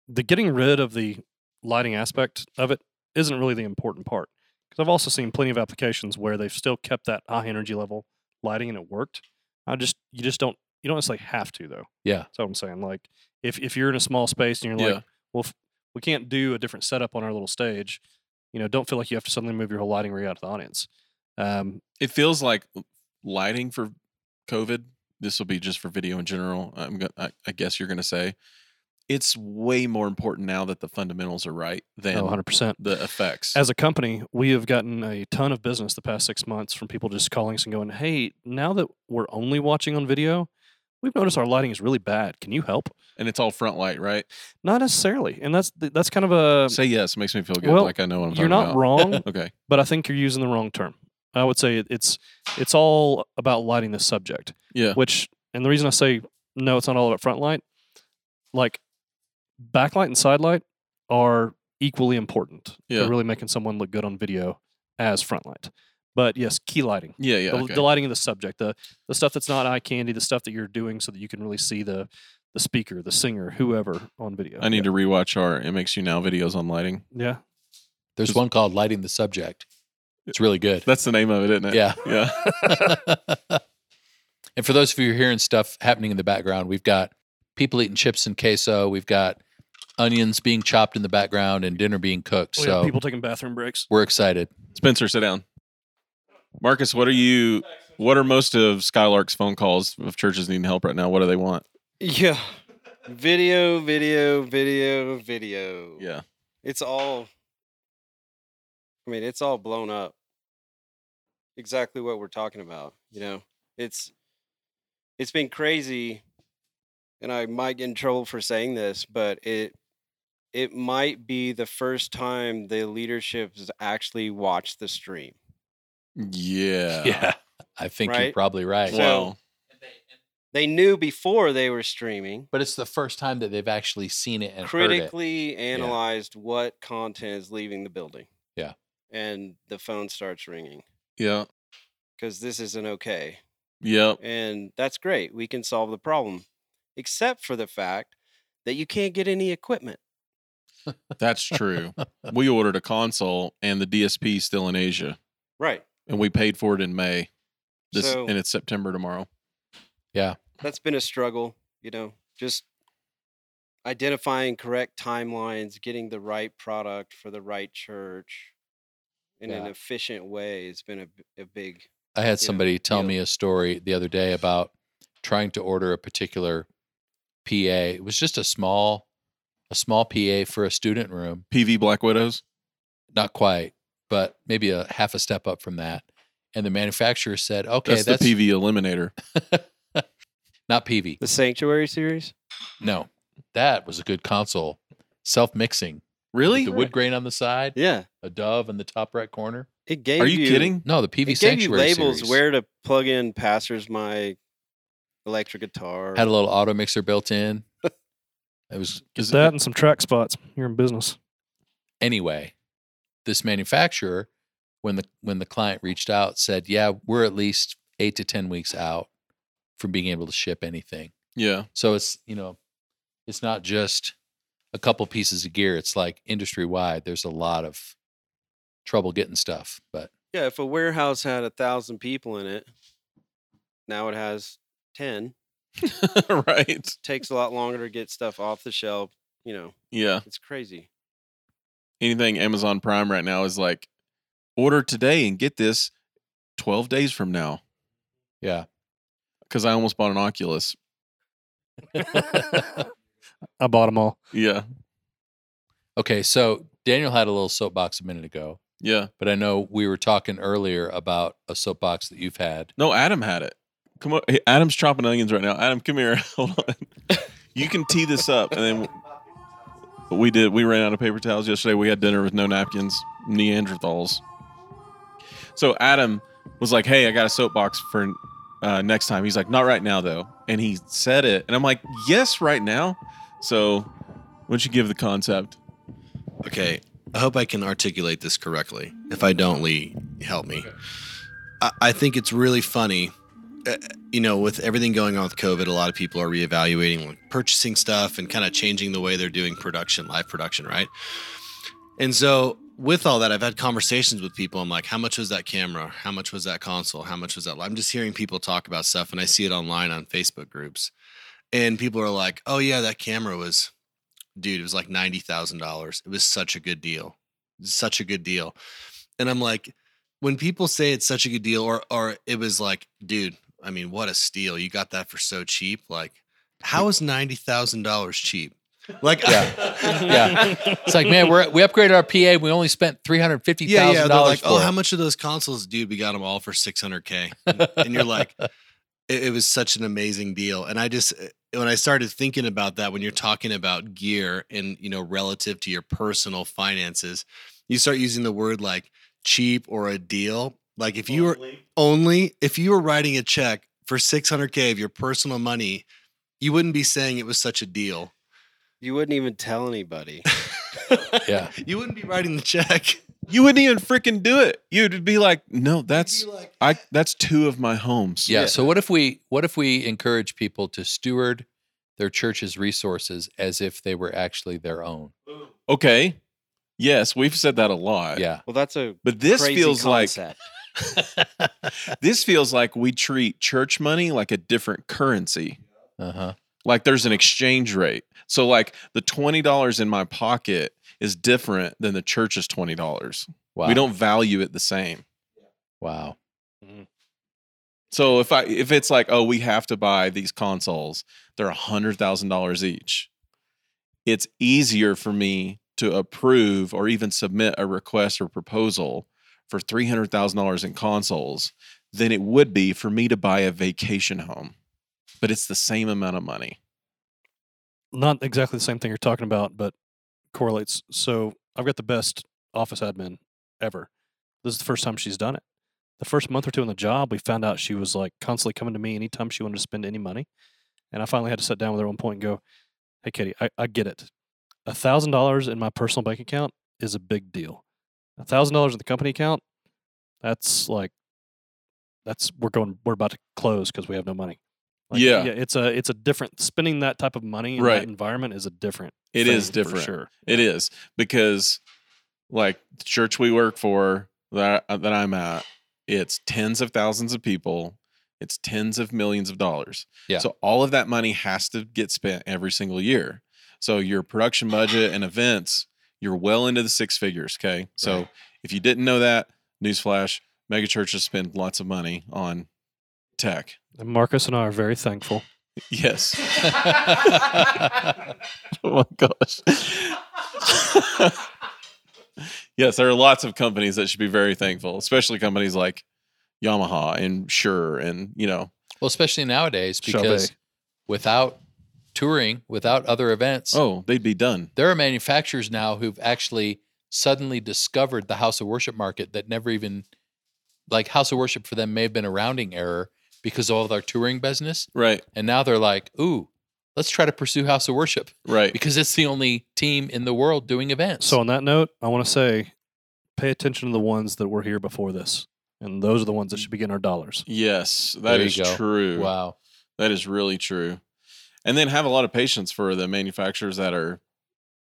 S4: the getting rid of the lighting aspect of it isn't really the important part. Because I've also seen plenty of applications where they've still kept that high energy level lighting and it worked. I just you just don't you don't necessarily have to though.
S2: Yeah.
S4: That's what I'm saying. Like if if you're in a small space and you're like,
S3: Yeah.
S4: well, if we can't do a different setup on our little stage, you know, don't feel like you have to suddenly move your whole lighting rig out to the audience. Um,
S3: It feels like lighting for COVID. This will be just for video in general. I'm gonna, I, I guess you're gonna say it's way more important now that the fundamentals are right than
S2: Oh,
S4: 100 Oh, percent.
S3: the effects.
S4: As a company, we have gotten a ton of business the past six months from people just calling us and going, "Hey, now that we're only watching on video, we've noticed our lighting is really bad. Can you help?
S3: And it's all front light, right?
S4: Not necessarily. And that's that's kind of a
S3: Say yes makes me feel good.
S4: Um, well,
S3: like I know what I'm
S4: you're
S3: talking
S4: not
S3: about.
S4: wrong,
S3: Okay.
S4: but I think you're using the wrong term. I would say it- it's it's all about lighting the subject.
S3: Yeah.
S4: Which and the reason I say no, it's not all about front light. Like backlight and side light are equally important
S3: Yeah.
S4: to really making someone look good on video as front light. But yes, key lighting.
S3: Yeah. Yeah.
S4: the,
S3: okay.
S4: the lighting of the subject, the the stuff that's not eye candy, the stuff that you're doing so that you can really see the the speaker, the singer, whoever on video.
S3: I need to rewatch our MXU Now videos on lighting.
S4: Yeah.
S2: There's one called Lighting the Subject. It's really good.
S3: That's the name of it, isn't it?
S2: Yeah.
S3: Yeah.
S2: and for those of you who are hearing stuff happening in the background, we've got people eating chips and queso. We've got onions being chopped in the background and dinner being cooked.
S4: Oh, yeah,
S2: so
S4: people taking bathroom breaks.
S2: we're excited.
S3: Spencer, sit down. Marcus, what are you? What are most of Skylark's phone calls of churches needing help right now? What do they want?
S5: Yeah. Video, video, video, video.
S3: Yeah.
S5: It's all I mean, it's all blown up. Exactly what we're talking about, you know. It's it's been crazy and I might get in trouble for saying this, but it it might be the first time the leadership has actually watched the stream.
S3: Yeah.
S2: I think you're
S5: Right?
S2: probably right.
S5: So-
S3: Well,
S5: They knew before they were streaming,
S2: but it's the first time that they've actually seen it and heard
S5: critically analyzed what content is leaving the building.
S2: Yeah.
S5: And the phone starts ringing
S3: yeah.
S5: because this isn't okay.
S3: Yeah.
S5: And that's great. We can solve the problem, except for the fact that you can't get any equipment.
S3: That's true. we ordered a console and the DSP is still in Asia
S5: Right.
S3: and we paid for it in May. This
S5: So-
S3: and it's September tomorrow.
S5: That's been a struggle, you know, just identifying correct timelines, getting the right product for the right church in an
S2: Yeah.
S5: efficient way has been a, b- a big
S2: it. I had
S5: Yeah,
S2: somebody tell
S5: yeah.
S2: me a story the other day about trying to order a particular PA. It was just a small a small PA for a student room
S3: PV Black Widows.
S2: not quite, but maybe a half a step up from that. And the manufacturer said, "Okay,
S3: that's,
S2: that's,
S3: the PV Eliminator.
S2: not PV.
S5: the sanctuary series.
S2: No, that was a good console. Self mixing,
S3: Really?
S2: the wood grain on the side,
S5: Yeah.
S2: a dove in the top right corner.
S5: It gave
S3: Are you kidding?
S2: No, the PV
S5: it gave you
S2: Sanctuary
S5: labels
S2: series
S5: where to plug in Pastor's my electric guitar.
S2: had a little auto mixer built in. It was
S3: Is
S4: That and some track spots. You're in business.
S2: anyway. This manufacturer, when the when the client reached out, said, "Yeah, we're at least eight to ten weeks out from being able to ship anything."
S3: Yeah.
S2: So it's you know, it's not just a couple pieces of gear. It's like industry wide. There's a lot of trouble getting stuff, but
S5: yeah, if a warehouse had a thousand people in it, now it has ten.
S3: right.
S5: Takes a lot longer to get stuff off the shelf. You know,
S3: Yeah.
S5: it's crazy.
S3: anything Amazon Prime right now is like order today and get this 12 days from now
S2: yeah,
S3: because I almost bought an Oculus.
S4: I bought them all.
S3: Yeah.
S2: okay. So Daniel had a little soapbox a minute ago,
S3: Yeah.
S2: but I know we were talking earlier about a soapbox that you've had.
S3: No, Adam had it. Come on. Hey, Adam's chopping onions right now. Adam, come here. Hold on. You can tee this up. And then but we did. We ran out of paper towels yesterday. We had dinner with no napkins, Neanderthals. So Adam was like, hey, I got a soapbox for uh, next time. He's like, not right now, though. And he said it. And I'm like, yes, right now. So why don't you give the concept?
S6: Okay. I hope I can articulate this correctly. If I don't, Lee, help me. I, I think it's really funny. Uh, you know, with everything going on with COVID, a lot of people are reevaluating like, purchasing stuff and kind of changing the way they're doing production, live production, right? And so, with all that, I've had conversations with people. I'm like, how much was that camera? How much was that console? How much was that? I'm just hearing people talk about stuff, and I see it online on Facebook groups. And people are like, oh, yeah, that camera was dude, it was like ninety thousand dollars. It was such a good deal, such a good deal. And I'm like, when people say it's such a good deal, or or it was like, dude, I mean, what a steal! You got that for so cheap. Like, how is ninety thousand dollars cheap? Like,
S2: Yeah. It's like, man, we're we upgraded our PA. We only spent three hundred fifty
S6: yeah,
S2: thousand
S6: yeah. They're "Oh,
S2: dollars.
S6: like, oh, how much of those consoles, dude? We got them all for six hundred k. And you're like, it, it was such an amazing deal. And I just eh, when I started thinking about that, when you're talking about gear and you know relative to your personal finances, you start using the word like cheap or a deal. Like if you were only if you were writing a check for 600k of your personal money, you wouldn't be saying it was such a deal.
S5: You wouldn't even tell anybody.
S2: Yeah.
S6: you wouldn't be writing the check.
S3: You wouldn't even freaking do it. You'd be like, no, that's
S6: You'd be like,
S3: I. That's two of my homes.
S2: Yeah. So what if we what if we encourage people to steward their church's resources as if they were actually their own?
S3: Okay. Yes, we've said that a lot.
S2: Yeah.
S5: Well, that's a
S3: But this
S5: crazy
S3: feels
S5: concept.
S3: like this feels like we treat church money like a different currency.
S2: Uh huh.
S3: Like there's an exchange rate. So like the twenty dollars in my pocket is different than the church's twenty dollars.
S2: Wow.
S3: We don't value it the same.
S2: Wow.
S3: So if I if it's like, oh, we have to buy these consoles, they're a hundred thousand dollars each. It's easier for me to approve or even submit a request or proposal for three hundred thousand dollars in consoles than it would be for me to buy a vacation home. But it's the same amount of money.
S4: Not exactly the same thing you're talking about, but correlates. So I've got the best office admin ever. This is the first time she's done it. The first month or two on the job, we found out she was like constantly coming to me anytime she wanted to spend any money. And I finally had to sit down with her at one point and go, Hey, Katie, I, I get it. A thousand dollars in my personal bank account is a big deal. A thousand dollars in the company account, that's like, that's we're going, we're about to close because we have no money. Like,
S3: Yeah.
S4: yeah, it's a it's a different spending that type of money in
S3: Right.
S4: that environment is a different.
S3: It is
S4: thing for
S3: different.
S4: sure.
S3: It is because, like the church we work for that uh, that I'm at, it's tens of thousands of people, it's tens of millions of dollars.
S2: Yeah.
S3: So all of that money has to get spent every single year. So your production budget and events, you're well into the six figures. Okay. So if you didn't know that, newsflash: mega churches spend lots of money on tech.
S4: And Marcus and I are very thankful.
S3: Yes. oh my gosh. yes, there are lots of companies that should be very thankful, especially companies like Yamaha and Sure and you know.
S2: Well, especially nowadays
S4: Shall
S2: because
S4: they?
S2: without touring, without other events,
S3: Oh, they'd be done.
S2: there are manufacturers now who've actually suddenly discovered the house of worship market that never even like house of worship for them may have been a rounding error because of all of our touring business
S3: Right,
S2: and now they're like ooh let's try to pursue house of worship
S3: right.
S2: because it's the only team in the world doing events
S4: So on that note, I want to say, pay attention to the ones that were here before this, and those are the ones that should be getting our dollars.
S3: Yes,
S2: There
S3: that
S2: you
S3: is
S2: go.
S3: true.
S2: wow
S3: That is really true. And then have a lot of patience for the manufacturers that are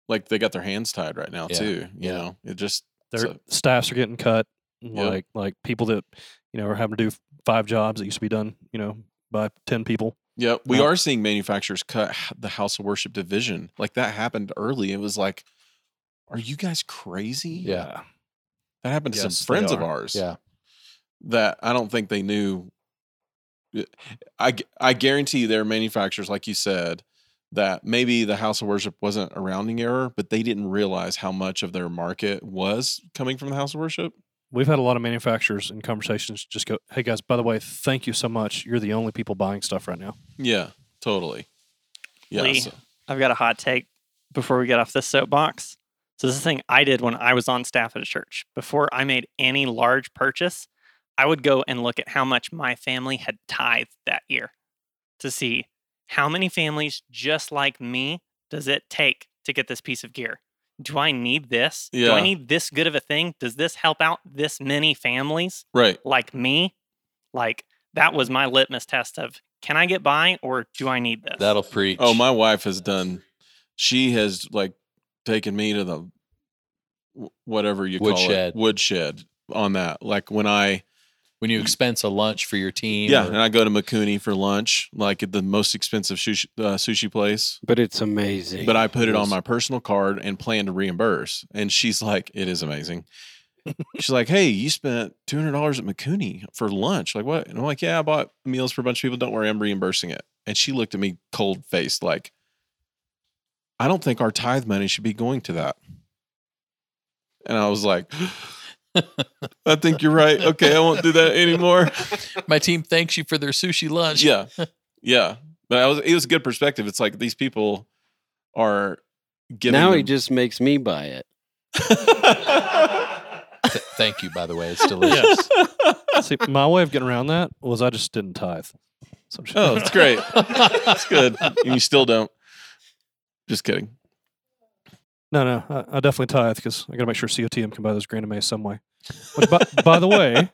S3: like they got their hands tied right now
S2: Yeah,
S3: too. You
S2: yeah.
S3: know, it just
S4: Their
S3: So-
S4: staffs are getting cut, and
S3: Yep.
S4: like like people that you know are having to do f- five jobs that used to be done, you know, by ten people.
S3: Yeah, we
S4: Well-
S3: are seeing manufacturers cut h- the House of Worship division. Like that happened early. It was like, are you guys crazy?
S2: Yeah.
S3: That happened to
S4: Yes,
S3: some
S4: they
S3: friends of
S4: are.
S3: ours.
S2: Yeah.
S3: That I don't think they knew. eh, I, gu- I guarantee you there are manufacturers, like you said, that maybe the House of Worship wasn't a rounding error, but they didn't realize how much of their market was coming from the House of Worship.
S4: We've had a lot of manufacturers and conversations just go, hey guys, by the way, thank you so much. You're the only people buying stuff right now.
S3: Yeah, totally. Yeah.
S7: Lee.
S3: so-
S7: I've got a hot take before we get off this soapbox. So this is a thing I did when I was on staff at a church. Before I made any large purchase, I would go and look at how much my family had tithed that year to see how many families just like me does it take to get this piece of gear. Do I need this? Do
S3: Yeah.
S7: I need this good of a thing? Does this help out this many families?
S3: right.
S7: like me, like that was my litmus test of can I get by or do I need this?
S2: that'll preach
S3: Oh, my wife has done. She has like taken me to the wh- whatever you call
S2: Woodshed.
S3: it woodshed on that. Like when I
S2: when you expense a lunch for your team
S3: yeah,
S2: or-
S3: and I go to Makuni for lunch, like at the most expensive sushi, uh, sushi place.
S9: But it's amazing.
S3: But I put it on
S9: It's-
S3: my personal card and plan to reimburse. And she's like, "It is amazing." She's like, "Hey, you spent two hundred dollars at Makuni for lunch. Like what?" And I'm like, "Yeah, I bought meals for a bunch of people. Don't worry, I'm reimbursing it." And she looked at me cold faced, like, "I don't think our tithe money should be going to that." And I was like, I think you're right. Okay, I won't do that anymore.
S2: My team thanks you for their sushi lunch.
S3: Yeah, yeah. But I was, it was a good perspective. It's like these people are giving.
S5: now he
S3: them-
S5: just makes me buy it.
S2: Th- thank you, by the way. It's delicious.
S4: See, my way of getting around that was I just didn't tithe. So I'm just-
S3: oh, it's great. It's good. And you still don't. Just kidding.
S4: No, no, I, I definitely tithe because I got to make sure COTM can buy those Grand Mays some way. Which, by, by the way,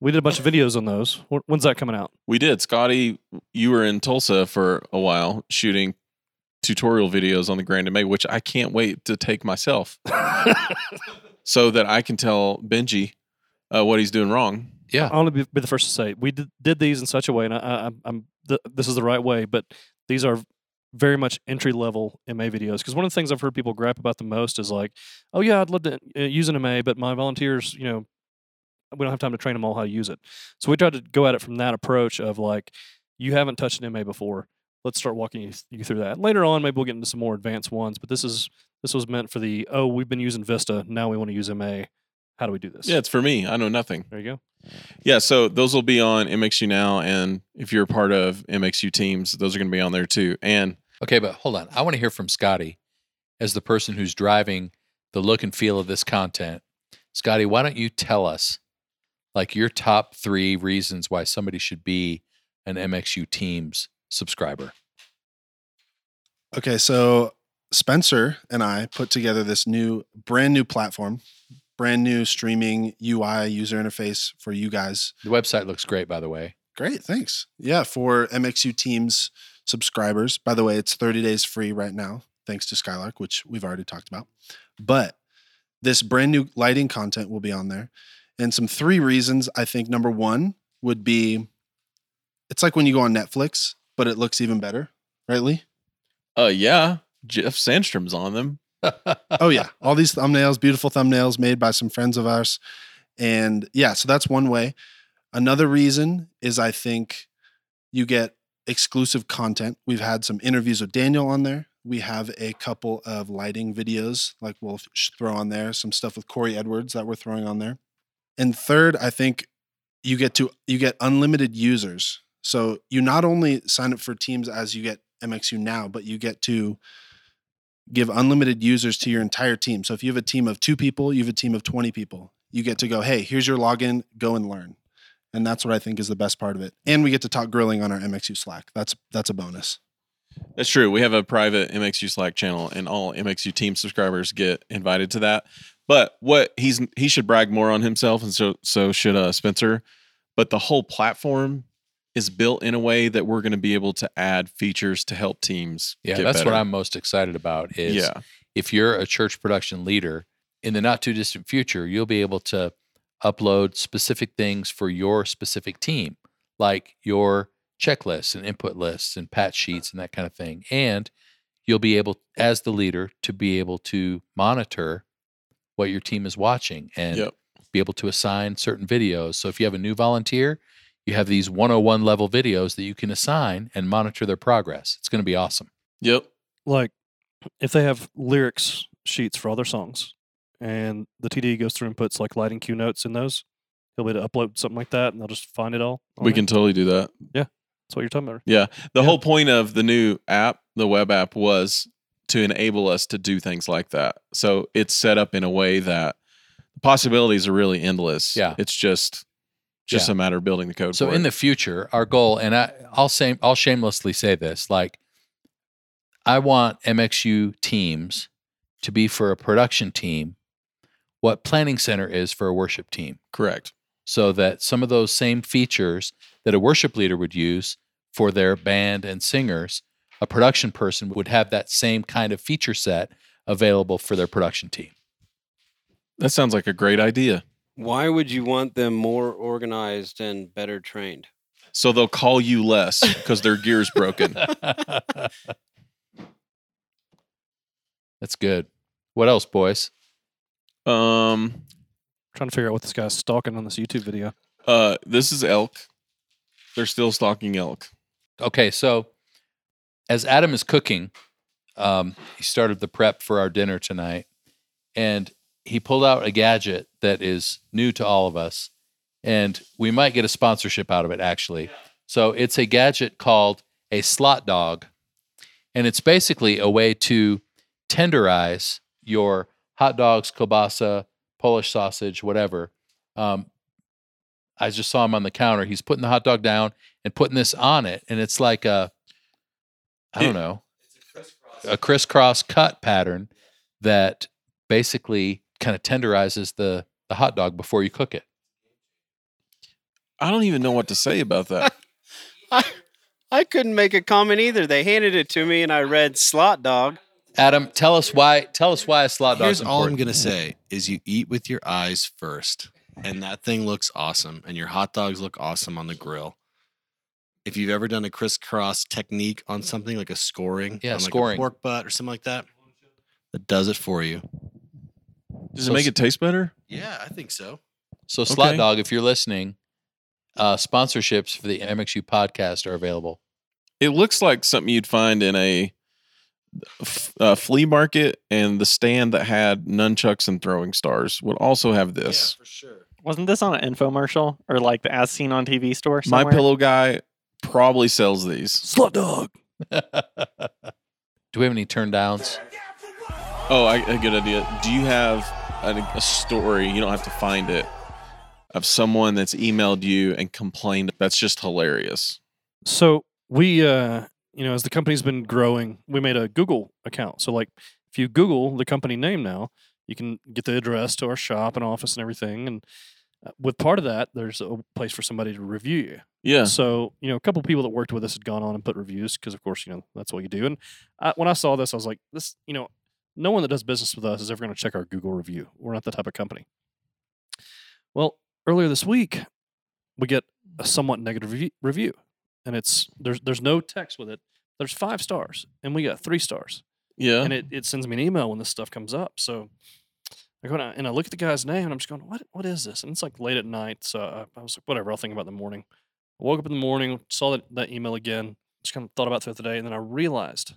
S4: we did a bunch of videos on those. Wh- When's that coming out?
S3: We did. Scotty, you were in Tulsa for a while shooting tutorial videos on the Grand May, which I can't wait to take myself so that I can tell Benji uh, what he's doing wrong.
S2: Yeah.
S4: I'll only be, be the first to say we did, did these in such a way, and I, I, I'm- I'm th- this is the right way. But these are very much entry level MA videos because one of the things I've heard people gripe about the most is like, oh yeah, I'd love to uh, use an MA, but my volunteers, you know, we don't have time to train them all how to use it. So we tried to go at it from that approach of like, you haven't touched an MA before. Let's start walking you, you through that. Later on, maybe we'll get into some more advanced ones, but this is this was meant for the oh we've been using Vista, now we want to use MA. How do we do this?
S3: Yeah, it's for me. I know nothing.
S4: there you go.
S3: Yeah, so those will be on MXU now, and if you're a part of MXU teams, those are going to be on there too. And
S2: Okay, but hold on. I want to hear from Scotty as the person who's driving the look and feel of this content. Scotty, why don't you tell us like your top three reasons why somebody should be an MXU Teams subscriber?
S9: Okay, so Spencer and I put together this new, brand new platform, brand new streaming UI user interface for you guys.
S2: The website looks great, by the way.
S9: Great, thanks. Yeah, for MXU Teams subscribers. By the way, it's 30 days free right now, thanks to Skylark, which we've already talked about. But this brand new lighting content will be on there. And some three reasons I think number one would be it's like when you go on Netflix, but it looks even better, right, Lee?
S3: uh, yeah, Jeff Sandstrom's on them.
S9: oh yeah all these thumbnails beautiful thumbnails made by some friends of ours and yeah so that's one way another reason is i think you get exclusive content we've had some interviews with daniel on there we have a couple of lighting videos like we'll sh- throw on there some stuff with corey edwards that we're throwing on there and third i think you get to you get unlimited users so you not only sign up for teams as you get mxu now but you get to give unlimited users to your entire team. So if you have a team of two people, you have a team of 20 people. You get to go, hey, here's your login, go and learn. And that's what I think is the best part of it. And we get to talk grilling on our MXU Slack. That's that's a bonus.
S3: That's true. We have a private MXU Slack channel, and all MXU team subscribers get invited to that. But what he's he should brag more on himself, and so so should uh, Spencer. But the whole platform is built in a way that we're going to be able to add features to help teams.
S2: Yeah,
S3: get
S2: that's what
S3: better.
S2: I'm most excited about is
S3: Yeah,
S2: if you're a church production leader in the not too distant future, you'll be able to upload specific things for your specific team, like your checklists and input lists and patch sheets and that kind of thing. And you'll be able, as the leader, to be able to monitor what your team is watching and
S3: Yep.
S2: be able to assign certain videos. So if you have a new volunteer, you have these 101 level videos that you can assign and monitor their progress. It's going to be awesome.
S3: yep.
S4: like if they have lyrics sheets for all their songs and the TD goes through and puts like lighting cue notes in those, he'll be able to upload something like that and they'll just find it all. on
S3: We
S4: there.
S3: can totally do that.
S4: That's what you're talking about.
S3: Yeah. The
S4: Yeah.
S3: whole point of the new app, the web app, was to enable us to do things like that. So it's set up in a way that the possibilities are really endless.
S2: Yeah.
S3: It's just just
S2: Yeah.
S3: a matter of building the code.
S2: So
S3: for
S2: in
S3: it.
S2: the future, our goal, and I, I'll say, I'll shamelessly say this: like, I want MXU teams to be for a production team what Planning Center is for a worship team,
S3: correct.
S2: so that some of those same features that a worship leader would use for their band and singers, a production person would have that same kind of feature set available for their production team.
S3: That sounds like a great idea.
S5: Why would you want them more organized and better trained?
S3: So they'll call you less because their gear's broken.
S2: That's good. What else, boys?
S3: Um
S4: trying to figure out what this guy's stalking on this YouTube video.
S3: uh this is elk. They're still stalking elk.
S2: okay so as adam is cooking um, he started the prep for our dinner tonight and he pulled out a gadget that is new to all of us, and we might get a sponsorship out of it actually. So it's a gadget called a slot dog, and it's basically a way to tenderize your hot dogs, kielbasa, Polish sausage, whatever. Um, I just saw him on the counter. He's putting the hot dog down and putting this on it, and it's like a, I don't
S3: It-
S2: know, a crisscross cut pattern that basically kind of tenderizes the the hot dog before you cook it.
S3: I don't even know what to say about that.
S5: I, I couldn't make a comment either. They handed it to me and I read slot dog.
S2: Adam, tell us why. Tell us why a slot dog.
S6: Here's all I'm gonna say is you eat with your eyes first, and that thing looks awesome, and your hot dogs look awesome on the grill. If you've ever done a crisscross technique on something like a scoring,
S2: Yeah,
S6: on like
S2: scoring.
S6: a pork butt or something like that, that does it for you.
S3: Does it make it taste better?
S6: Yeah, I think so.
S2: So, slot
S3: Okay.
S2: dog, if you're listening, uh, sponsorships for the MXU podcast are available.
S3: It looks like something you'd find in a, f- a flea market, and the stand that had nunchucks and throwing stars would also have this.
S6: for sure.
S7: Wasn't this on an infomercial or like the as seen on TV store?
S3: My
S7: Somewhere?
S3: pillow guy probably sells these.
S4: Slut dog.
S2: Do we have any turn downs?
S3: Oh, I, a good idea. Do you have a, a story? You don't have to find it of someone that's emailed you and complained. That's just hilarious.
S4: So we, uh, you know, as the company's been growing, we made a Google account. So like, if you Google the company name now, you can get the address to our shop and office and everything. And uh, with part of that, there's a place for somebody to review you.
S3: Yeah.
S4: So you know, a couple people that worked with us had gone on and put reviews because, of course, you know that's what you do. And I, when I saw this, I was like, this, you know, no one that does business with us is ever going to check our Google review. We're not that type of company. Well, earlier this week, we get a somewhat negative revi- review, and it's there's there's no text with it. There's five stars, and we got three stars
S3: Yeah.
S4: and it, it sends me an email when this stuff comes up. So I go and I, and I look at the guy's name and I'm just going, what what is this? And it's like late at night. So I, I was like, whatever, I'll think about it in the morning. I woke up in the morning, saw that, that email again, just kind of thought about it throughout the day, and then I realized.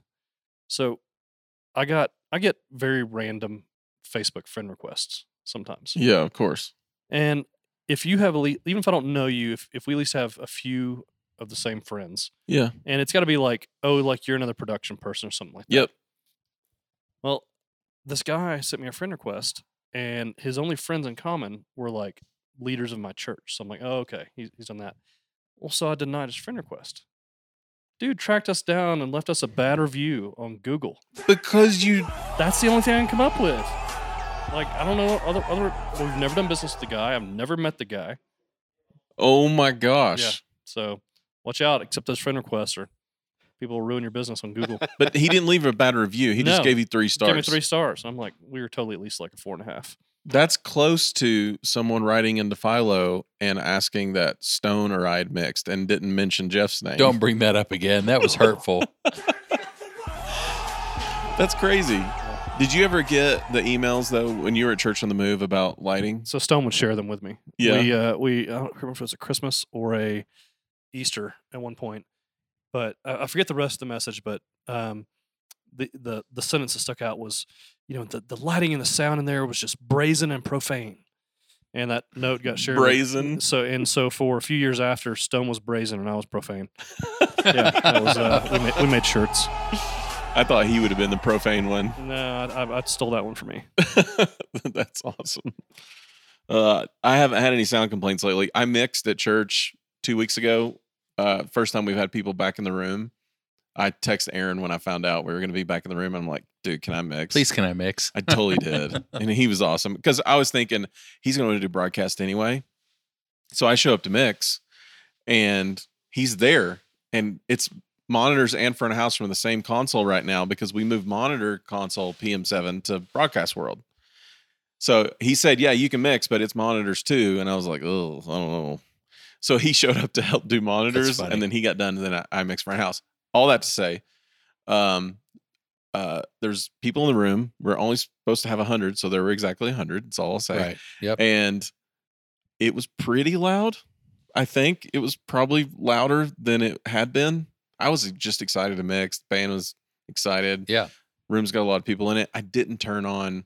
S4: So I got I get very random Facebook friend requests sometimes.
S3: Yeah, of course.
S4: And if you have, at lea- even if I don't know you, if, if we at least have a few of the same friends,
S3: Yeah.
S4: and it's got to be like, oh, like you're another production person or something like that.
S3: Yep.
S4: Well, this guy sent me a friend request, and his only friends in common were like leaders of my church. So I'm like, oh, okay, he's, he's done that. Well, so I denied his friend request. Dude tracked us down and left us a bad review on Google.
S3: Because you
S4: That's the only thing I can come up with. Like, I don't know other other. We've never done business with the guy. I've never met the guy.
S3: Oh my gosh.
S4: So watch out. Accept those friend requests, or people will ruin your business on Google.
S3: But he didn't leave a bad review. He just
S4: No.
S3: gave you three stars.
S4: Give me three stars. I'm like, we were totally at least like a four and a half.
S3: That's close to someone writing into Philo and asking that Stone or I'd mixed and didn't mention Jeff's name.
S2: Don't bring that up again. That was hurtful.
S3: That's crazy. Did you ever get the emails though when you were at Church on the Move about lighting?
S4: So Stone would share them with me.
S3: Yeah.
S4: We uh, we I don't remember if it was a Christmas or a Easter at one point, but uh, I forget the rest of the message. But um, the the the sentence that stuck out was, you know, the the lighting and the sound in there was just brazen and profane, and that note got shared. with-
S3: Brazen.
S4: So and so for a few years after, Stone was brazen and I was profane. yeah, that was uh, we, made, we made shirts.
S3: I thought he would have been the profane one.
S4: No, I, I, I stole that one for me.
S3: That's awesome. Uh, I haven't had any sound complaints lately. I mixed at church two weeks ago. Uh, first time we've had people back in the room. I text Aaron when I found out we were going to be back in the room. I'm like, dude, can I mix?
S2: Please, can I mix?
S3: I totally did. and he was awesome because I was thinking he's going to do broadcast anyway. So I show up to mix and he's there and it's monitors and front of house from the same console right now because we moved monitor console PM7 to broadcast world. So he said, "Yeah, you can mix, but it's monitors too." And I was like, "Oh, I don't know." So he showed up to help do monitors,
S2: funny.
S3: and then he got done. And then I, I mixed front of house. All that to say, um, uh, there's people in the room. We're only supposed to have 100, so there were exactly 100. That's all I'll say.
S2: Right. Yep.
S3: And it was pretty loud. I think it was probably louder than it had been. I was eh, just excited to mix. The band was excited.
S2: Yeah.
S3: Room's got a lot of people in it. I didn't turn on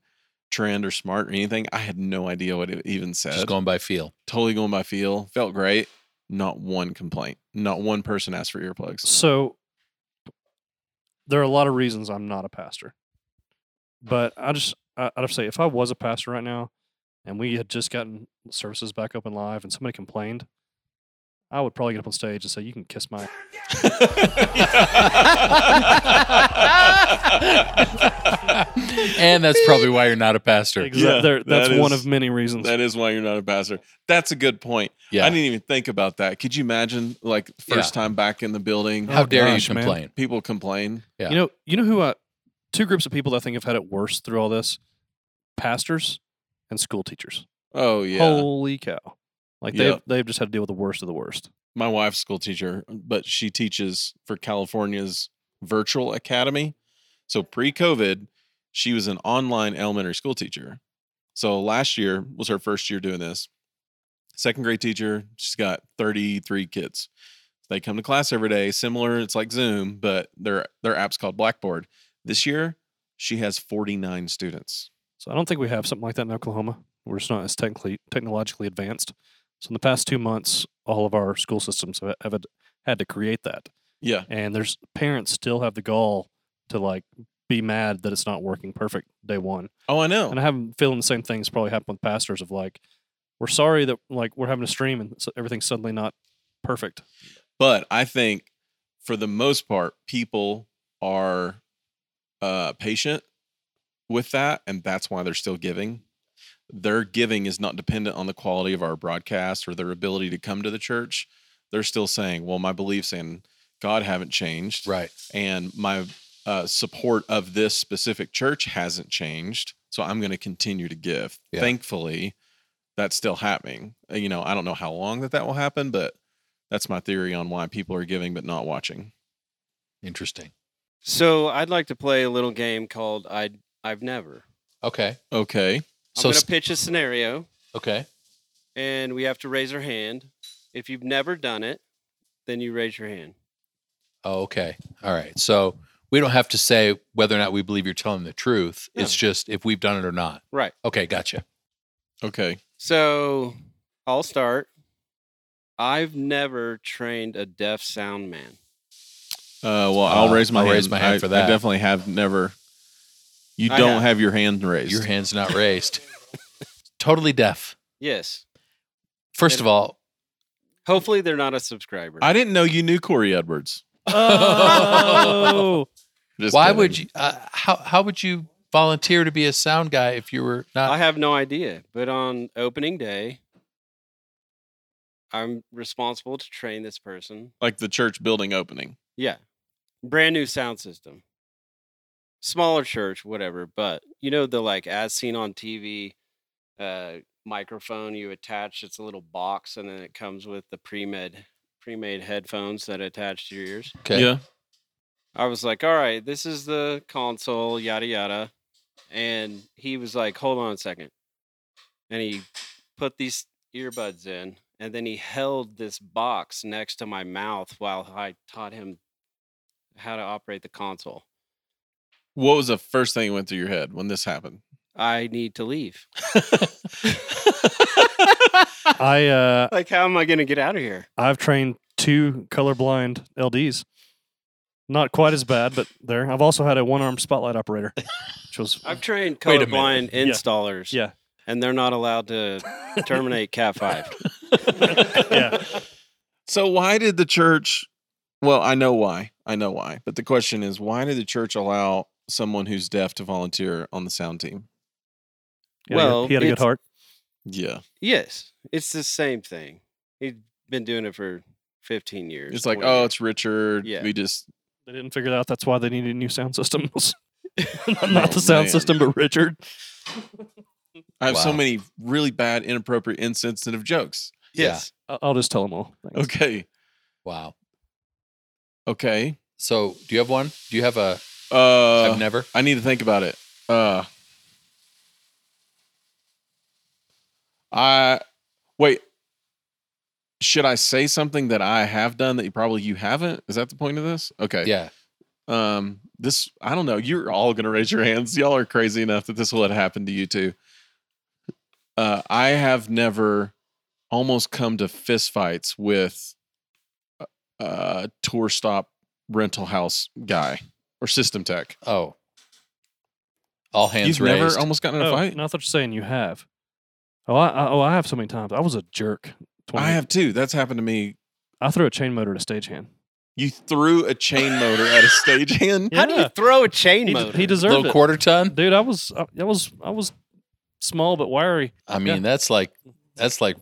S3: trend or smart or anything. I had no idea what it even said.
S2: Just going by feel.
S3: totally going by feel. Felt great. Not one complaint. Not one person asked for earplugs.
S4: So there are a lot of reasons I'm not a pastor, but I just I, I'd have to say if I was a pastor right now, and we had just gotten services back up and live, and somebody complained, I would probably get up on stage and say, "You can kiss my."
S2: and that's probably why you're not a pastor.
S4: Exa- there-
S3: that
S4: that's one
S3: is-
S4: of many reasons.
S3: That is why you're not a pastor. That's a good point.
S2: Yeah.
S3: I didn't even think about that. Could you imagine, like, first time back in the building,
S2: How
S4: Oh,
S2: dare
S4: gosh,
S2: you
S4: man.
S2: complain?
S3: people complain?
S2: Yeah.
S4: You know, you know who I two groups of people that I think have had it worse through all this: pastors and school teachers.
S3: Oh yeah,
S4: Holy cow! Like they've
S3: Yep.
S4: they've just had to deal with the worst of the worst.
S3: my wife's a school teacher, but she teaches for California's virtual academy. So pre-COVID, she was an online elementary school teacher. So last year was her first year doing this. Second grade teacher, she's got 33 kids. They come to class every day, similar, it's like Zoom, but their their app's called Blackboard. This year, she has 49 students.
S4: So I don't think we have something like that in Oklahoma. We're just not as technically technologically advanced. So in the past two months, all of our school systems have, have had- had to create that,
S3: Yeah.
S4: and there's parents still have the gall to like be mad that it's not working perfect day one.
S3: Oh, I know.
S4: And I have a feeling the same things probably happen with pastors of like, we're sorry that like we're having a stream and so everything's suddenly not perfect.
S3: But I think for the most part, people are uh, patient with that, and that's why they're still giving. Their giving is not dependent on the quality of our broadcast or their ability to come to the church. They're still saying, "Well, my beliefs in God haven't changed,
S2: Right.
S3: and my uh, support of this specific church hasn't changed, so I'm going to continue to give."
S2: Yeah.
S3: Thankfully, that's still happening. Uh, You know, I don't know how long that that will happen, but that's my theory on why people are giving but not watching.
S2: Interesting.
S5: So I'd like to play a little game called I I've never.
S2: Okay.
S3: Okay.
S5: I'm
S2: So
S5: gonna
S2: s-
S5: pitch a scenario
S2: Okay.
S5: and we have to raise our hand. If you've never done it, then you raise your hand.
S2: Oh, okay. All right. So we don't have to say whether or not we believe you're telling the truth. It's just if we've done it or not.
S5: Right.
S2: Okay. Gotcha.
S3: Okay.
S5: So I'll start. I've never trained a deaf sound man.
S3: Uh, well, I'll
S2: Uh,
S3: raise my
S2: I'll
S3: hand.
S2: raise my hand
S3: I-
S2: for that.
S3: I definitely have never. You
S5: I
S3: don't
S5: have.
S3: have. your hand raised.
S2: Your hand's not raised. totally deaf.
S5: Yes.
S2: First of all,
S5: Hopefully they're not a subscriber.
S3: I didn't know you knew Corey Edwards.
S4: Oh,
S3: Just
S2: why
S3: kidding.
S2: would you? Uh, how how would you volunteer to be a sound guy if you were not?
S5: I have no idea, but on opening day, I'm responsible to train this person.
S3: Like the church building opening.
S5: Yeah. Brand new sound system. Smaller church, whatever, but you know the like as seen on TV uh microphone you attach, it's a little box and then it comes with the pre-med pre-made headphones that attach to your ears.
S2: okay.
S3: Yeah.
S5: I was like, all right, this is the console, yada yada. And he was like, hold on a second. And he put these earbuds in and then he held this box next to my mouth while I taught him how to operate the console.
S3: What was the first thing that went through your head when this happened?
S5: I need to leave.
S4: I uh,
S5: Like, how am I going to get out of here?
S4: I've trained two colorblind LDs. Not quite as bad, but there. I've also had a one-armed spotlight operator, which was
S5: I've trained
S2: Wait a minute.
S5: colorblind
S4: Yeah.
S5: installers.
S4: Yeah.
S5: And they're not allowed to terminate Cat 5.
S4: yeah.
S3: So why did the church? Well, I know why. I know why. But the question is, why did the church allow someone who's deaf to volunteer on the sound team?
S4: He had a good-
S5: Well,
S4: he had a good
S5: it's-
S4: heart.
S3: Yeah,
S5: Yes, it's the same thing. He's been doing it for 15 years.
S3: it's like,
S5: 20
S3: oh,
S5: years.
S3: it's Richard.
S5: Yeah.
S3: We just
S4: They didn't figure it out. That's why they needed new sound systems. Not
S3: Oh,
S4: the sound
S3: man.
S4: system, but Richard.
S3: I have so
S2: Wow.
S3: many really bad, inappropriate, insensitive jokes.
S2: Yeah.
S5: yes.
S4: I- I'll just tell them all. Thanks.
S3: Okay.
S2: Wow.
S3: Okay.
S2: So do you have one? Do you have a?
S3: Uh,
S2: I've never.
S3: I need to think about it. Uh, I wait. Should I say something that I have done that you probably you haven't? Is that the point of this? Okay.
S2: Yeah.
S3: Um, this I don't know. You're all gonna raise your hands. Y'all are crazy enough that this will have happened to you too. Uh, I have never almost come to fistfights with a tour stop rental house guy or system tech.
S2: Oh, all hands
S3: You've
S2: raised.
S3: never almost gotten in a
S4: Oh,
S3: fight.
S4: not that you're saying you have. Oh, I, I, oh, I have so many times. I was a jerk. 20
S3: I have too. That's happened to me.
S4: I threw a chain motor at a stagehand.
S3: You threw a chain motor at a stagehand.
S5: How do you
S4: Yeah.
S5: throw a chain
S4: He,
S5: motor?
S4: he deserved
S2: Little
S4: it,
S2: quarter ton.
S4: dude. I was, I, I was, I was small but wiry.
S2: I mean, that's like that's like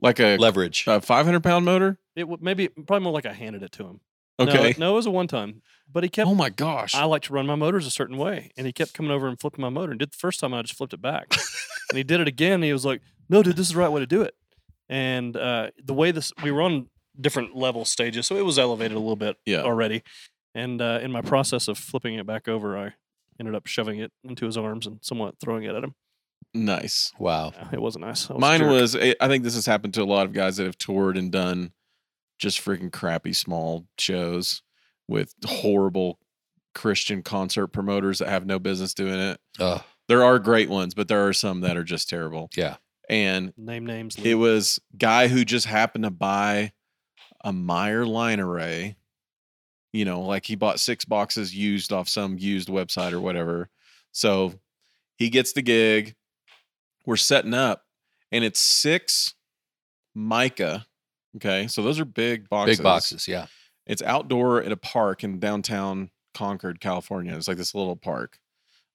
S3: like a,
S2: leverage.
S3: a 500 pound motor.
S4: It w- maybe probably more like I handed it to him. No,
S3: Okay.
S4: it- no, it was a one time. But he kept.
S3: oh my gosh.
S4: I like to run my motors a certain way, and he kept coming over and flipping my motor. And did the first time, and I just flipped it back. and he did it again. And he was like, "No, dude, this is the right way to do it." And uh, the way this, we were on different level stages, so it was elevated a little bit
S3: Yeah.
S4: already. And uh, in my process of flipping it back over, I ended up shoving it into his arms and somewhat throwing it at him.
S3: nice.
S2: Wow.
S4: Yeah, It wasn't nice. I a
S3: Mine
S4: jerk.
S3: was, eh, I I think this has happened to a lot of guys that have toured and done just freaking crappy small shows with horrible Christian concert promoters that have no business doing it.
S2: Uh,
S3: There are great ones, but there are some that are just terrible.
S2: Yeah.
S3: And
S4: name names.
S3: it
S4: Lou.
S3: was guy who just happened to buy a Meyer line array. You know, like he bought six boxes used off some used website or whatever. So he gets the gig. We're setting up, and it's six mica. Okay, so those are big boxes.
S2: big boxes. Yeah.
S3: It's outdoor at a park in downtown Concord, California. It's like this little park.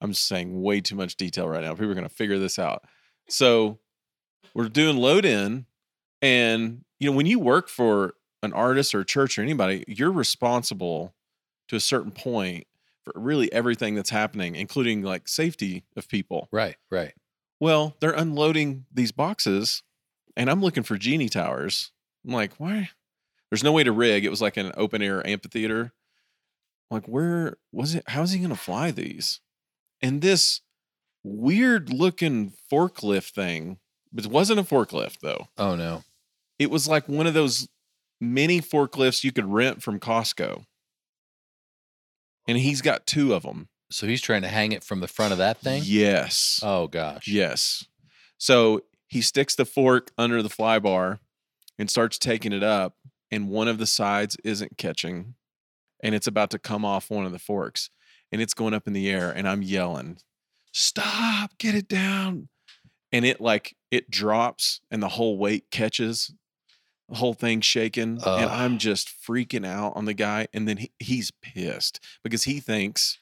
S3: I'm just saying way too much detail right now. People are going to figure this out. So we're doing load in. And, you know, when you work for an artist or a church or anybody, you're responsible to a certain point for really everything that's happening, including like safety of people.
S2: Right. Right.
S3: Well, they're unloading these boxes, and I'm looking for genie towers. I'm like, why? There's no way to rig. It was like an open air amphitheater. I'm like, where was it? How's he gonna fly these? And this weird looking forklift thing, but it wasn't a forklift though.
S2: Oh no.
S3: It was like one of those mini forklifts you could rent from Costco. And he's got two of them.
S2: So he's trying to hang it from the front of that thing.
S3: Yes.
S2: Oh gosh.
S3: Yes. So he sticks the fork under the fly bar and starts taking it up, and one of the sides isn't catching, and it's about to come off one of the forks, and it's going up in the air, and I'm yelling, "Stop! Get it down!" And it like it drops, and the whole weight catches, the whole thing shaking, and
S2: Ugh.
S3: I'm just freaking out on the guy, and then he, he's pissed because he thinks.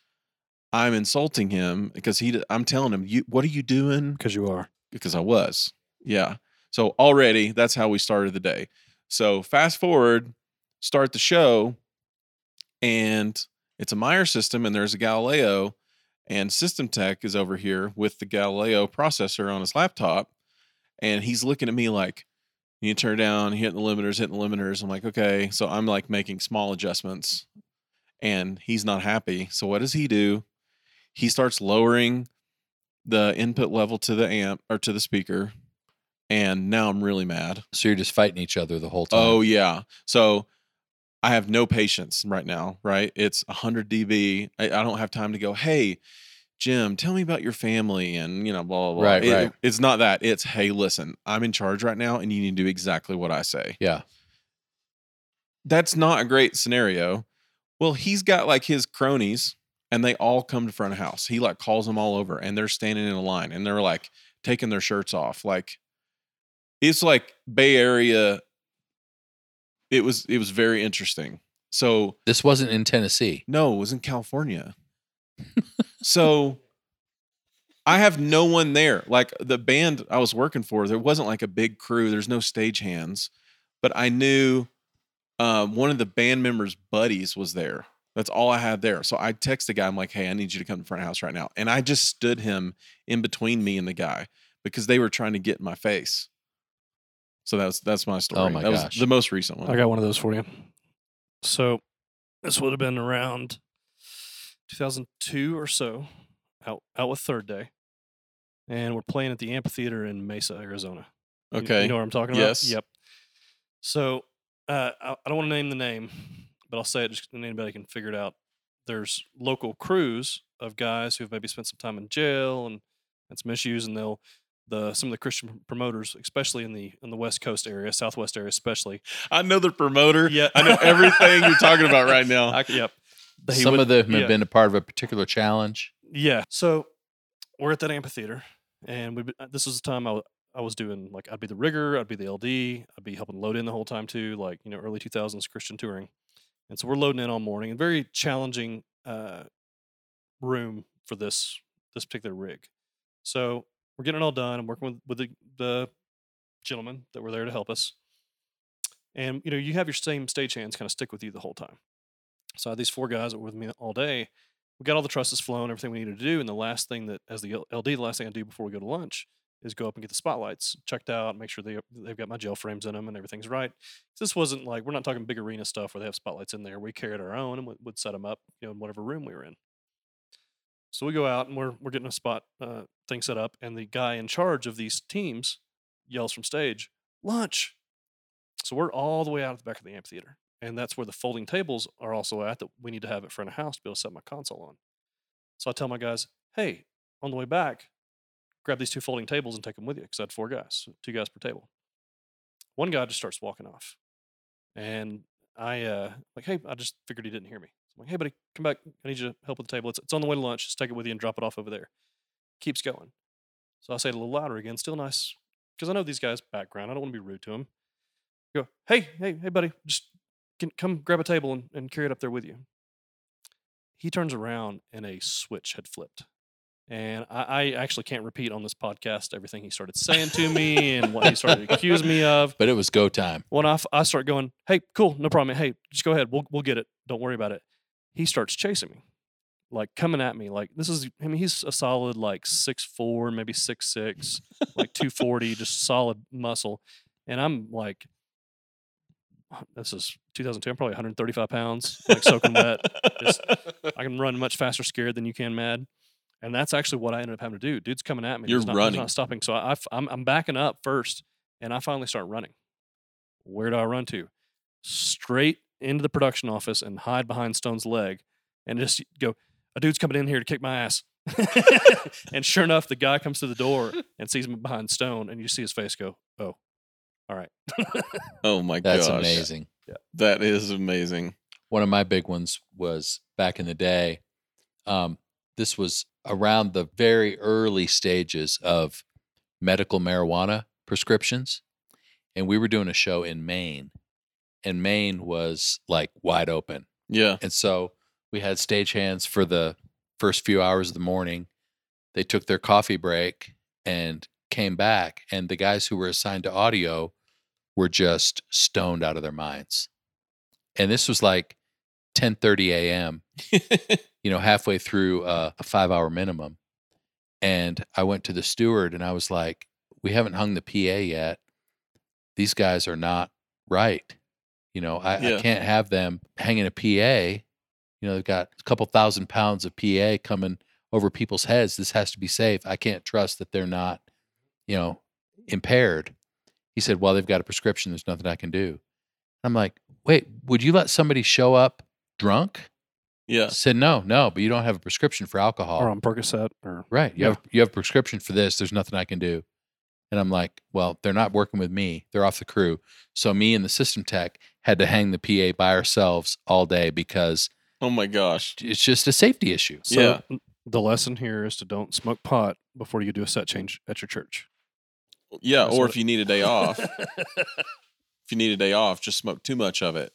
S3: I'm insulting him because he. d- I'm telling him, "You, what are you doing?
S4: because you are.
S3: because I was. Yeah. So already that's how we started the day. So fast forward, start the show, and it's a Meyer system, and there's a Galileo, and System Tech is over here with the Galileo processor on his laptop, and he's looking at me like, you turn it down, hitting the limiters, hitting the limiters. I'm like, okay. So I'm like making small adjustments, and he's not happy. So what does he do? He starts lowering the input level to the amp or to the speaker and now i'm really mad
S2: So you're just fighting each other the whole time.
S3: oh yeah so i have no patience right now right it's 100 db i, I don't have time to go hey jim tell me about your family and you know blah blah blah
S2: Right,
S3: It-
S2: right.
S3: it's not that it's hey listen i'm in charge right now and you need to do exactly what i say
S2: Yeah.
S3: that's not a great scenario. Well, he's got like his cronies and they all come to front of house. He like calls them all over and they're standing in a line and they're like taking their shirts off. Like it's like Bay Area. It was it was very interesting. So
S2: This wasn't in Tennessee.
S3: no, it was in California. so I have no one there. Like the band I was working for, there wasn't like a big crew. There's no stage hands, but I knew um, one of the band members' buddies was there. That's all I had there. So I text the guy. I'm like, "Hey, I need you to come to front of house right now." And I just stood him in between me and the guy because they were trying to get in my face. So that's that's my story.
S2: Oh my
S3: that
S2: gosh.
S3: was the most recent one.
S4: I got one of those for you. So this would have been around 2002 or so, out out with Third Day, and we're playing at the amphitheater in Mesa, Arizona. You-
S3: Okay.
S4: you know what I'm talking about.
S3: Yes.
S4: Yep. So uh, I, I don't want to name the name, but I'll say it just and anybody can figure it out. there's local crews of guys who've maybe spent some time in jail and had some issues, and they'll the some of the Christian prom- promoters, especially in the in the West Coast area, Southwest area, especially.
S3: I know the promoter.
S4: Yeah,
S3: I know everything you're talking about right now.
S4: I, yep. They
S2: Some
S4: would-
S2: of them have
S4: yeah.
S2: been a part of a particular challenge.
S4: Yeah. So we're at that amphitheater, and we this was the time I, wa- I was doing like I'd be the rigger, I'd be the LD, I'd be helping load in the whole time too, like you know early two thousands Christian touring, and so we're loading in all morning and very challenging uh, room for this this particular rig. So we're getting it all done. I'm working with with the, the gentlemen that were there to help us, and you know you have your same stagehands kind of stick with you the whole time. So I had these four guys that were with me all day, we got all the trusses flowing, everything we needed to do. And the last thing that, as the L- LD, the last thing I do before we go to lunch is go up and get the spotlights checked out, make sure they, they've got my gel frames in them and everything's right. This wasn't like, we're not talking big arena stuff where they have spotlights in there. We carried our own and would- would set them up, you know, in whatever room we were in. So we go out and we're, we're getting a spot uh, thing set up. And the guy in charge of these teams yells from stage, lunch. So we're all the way out at the back of the amphitheater and that's where the folding tables are also at that we need to have at front of house to be able to set my console on. So I tell my guys, hey, on the way back, grab these two folding tables and take them with you because I had four guys, so two guys per table. One guy just starts walking off, and I uh, like, hey, I just figured he didn't hear me. I'm like, hey, buddy, come back. I need you to help with the table. It's, it's on the way to lunch. Just take it with you and drop it off over there. Keeps going. So I say it a little louder again, still nice, because I know these guys' background. I don't want to be rude to them. Go, hey, hey, hey, buddy, just can come grab a table and, and carry it up there with you. He turns around and a switch had flipped. And I, I actually can't repeat on this podcast everything he started saying to me and what he started to accuse me of.
S2: But it was go time.
S4: When I, f- I start going, hey, cool, no problem. Hey, just go ahead. We'll, we'll get it. Don't worry about it. He starts chasing me, like coming at me. Like, this is, I mean, he's a solid, like six four, maybe six six, like 240, just solid muscle. And I'm like, this is 2002. I'm probably 135 pounds, like soaking wet. Just- I can run much faster scared than you can mad. And that's actually what I ended up having to do. Dude's coming at me.
S3: You're
S4: he's not, He's
S3: running.
S4: not stopping. So I, am I'm backing up first, and I finally start running. Where do I run to? Straight into the production office and hide behind Stone's leg, and just go. A dude's coming in here to kick my ass. and sure enough, the guy comes to the door and sees me behind Stone, and you see his face go, "Oh, all right."
S3: oh my
S2: That's
S3: gosh.
S2: amazing.
S3: That is amazing.
S2: one of my big ones was back in the day. Um, this was around the very early stages of medical marijuana prescriptions. And we were doing a show in Maine, and Maine was like wide open.
S3: Yeah.
S2: And so we had stagehands for the first few hours of the morning. They took their coffee break and came back. And the guys who were assigned to audio were just stoned out of their minds. And this was like 10:30 a.m. you know, halfway through uh, a five-hour minimum. And I went to the steward and I was like, "We haven't hung the PA yet. These guys are not right. You know, I,
S3: Yeah.
S2: I can't have them hanging a PA. You know, they've got a couple thousand pounds of PA coming over people's heads. This has to be safe. I can't trust that they're not, you know, impaired." He said, "Well, they've got a prescription. There's nothing I can do." I'm like, "Wait, would you let somebody show up drunk?"
S3: Yeah.
S2: said no no but you don't have a prescription for alcohol
S4: Or on Percocet, or
S2: right you
S4: yeah.
S2: have you have a prescription for this there's nothing i can do and i'm like well they're not working with me they're off the crew so me and the system tech had to hang the pa by ourselves all day because
S3: Oh my gosh.
S2: it's just a safety issue
S4: So
S3: Yeah.
S4: n- the lesson here is to don't smoke pot before you do a set change at your church.
S3: Yeah.
S4: That's
S3: Or
S4: what
S3: if you need a day off, if you need a day off, just smoke too much of it.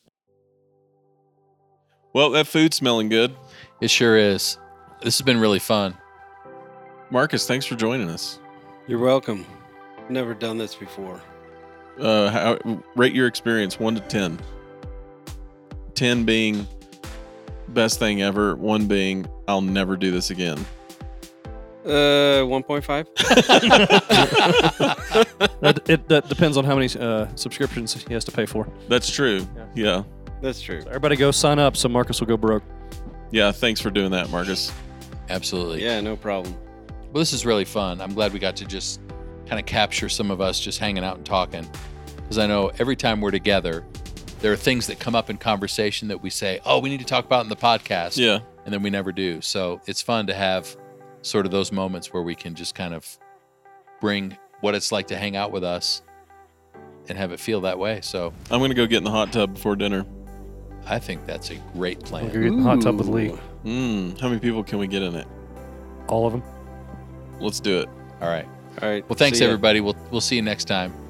S3: Well, that food's smelling good.
S2: it sure is this has been really fun
S3: Marcus, thanks for joining us.
S5: You're welcome. Never done this before.
S3: Uh, how, rate your experience one to 10. 10 being best thing ever, one being I'll never do this again.
S5: Uh, 1.5.
S4: That, Uh, it, that depends on how many uh, subscriptions he has to pay for.
S3: That's true. Yeah.
S5: That's true.
S4: So everybody go sign up so Marcus will go broke.
S3: Yeah. Thanks for doing that, Marcus.
S2: absolutely
S5: Yeah, no problem.
S2: well this is really fun i'm glad we got to just kind of capture some of us just hanging out and talking because i know every time we're together there are things that come up in conversation that we say oh we need to talk about in the podcast
S3: Yeah.
S2: and then we never do. So it's fun to have sort of those moments where we can just kind of bring what it's like to hang out with us and have it feel that way. So
S3: I'm gonna go get in the hot tub before dinner.
S2: I think that's a great
S4: We're
S2: plan.
S4: gonna get in the hot tub with Lee.
S6: Ooh.
S3: Mm, how many people can we get in it?
S4: All of them.
S3: Let's do it.
S2: All right.
S5: All right.
S2: Well, thanks
S5: see ya.
S2: everybody. We'll we'll see you next time.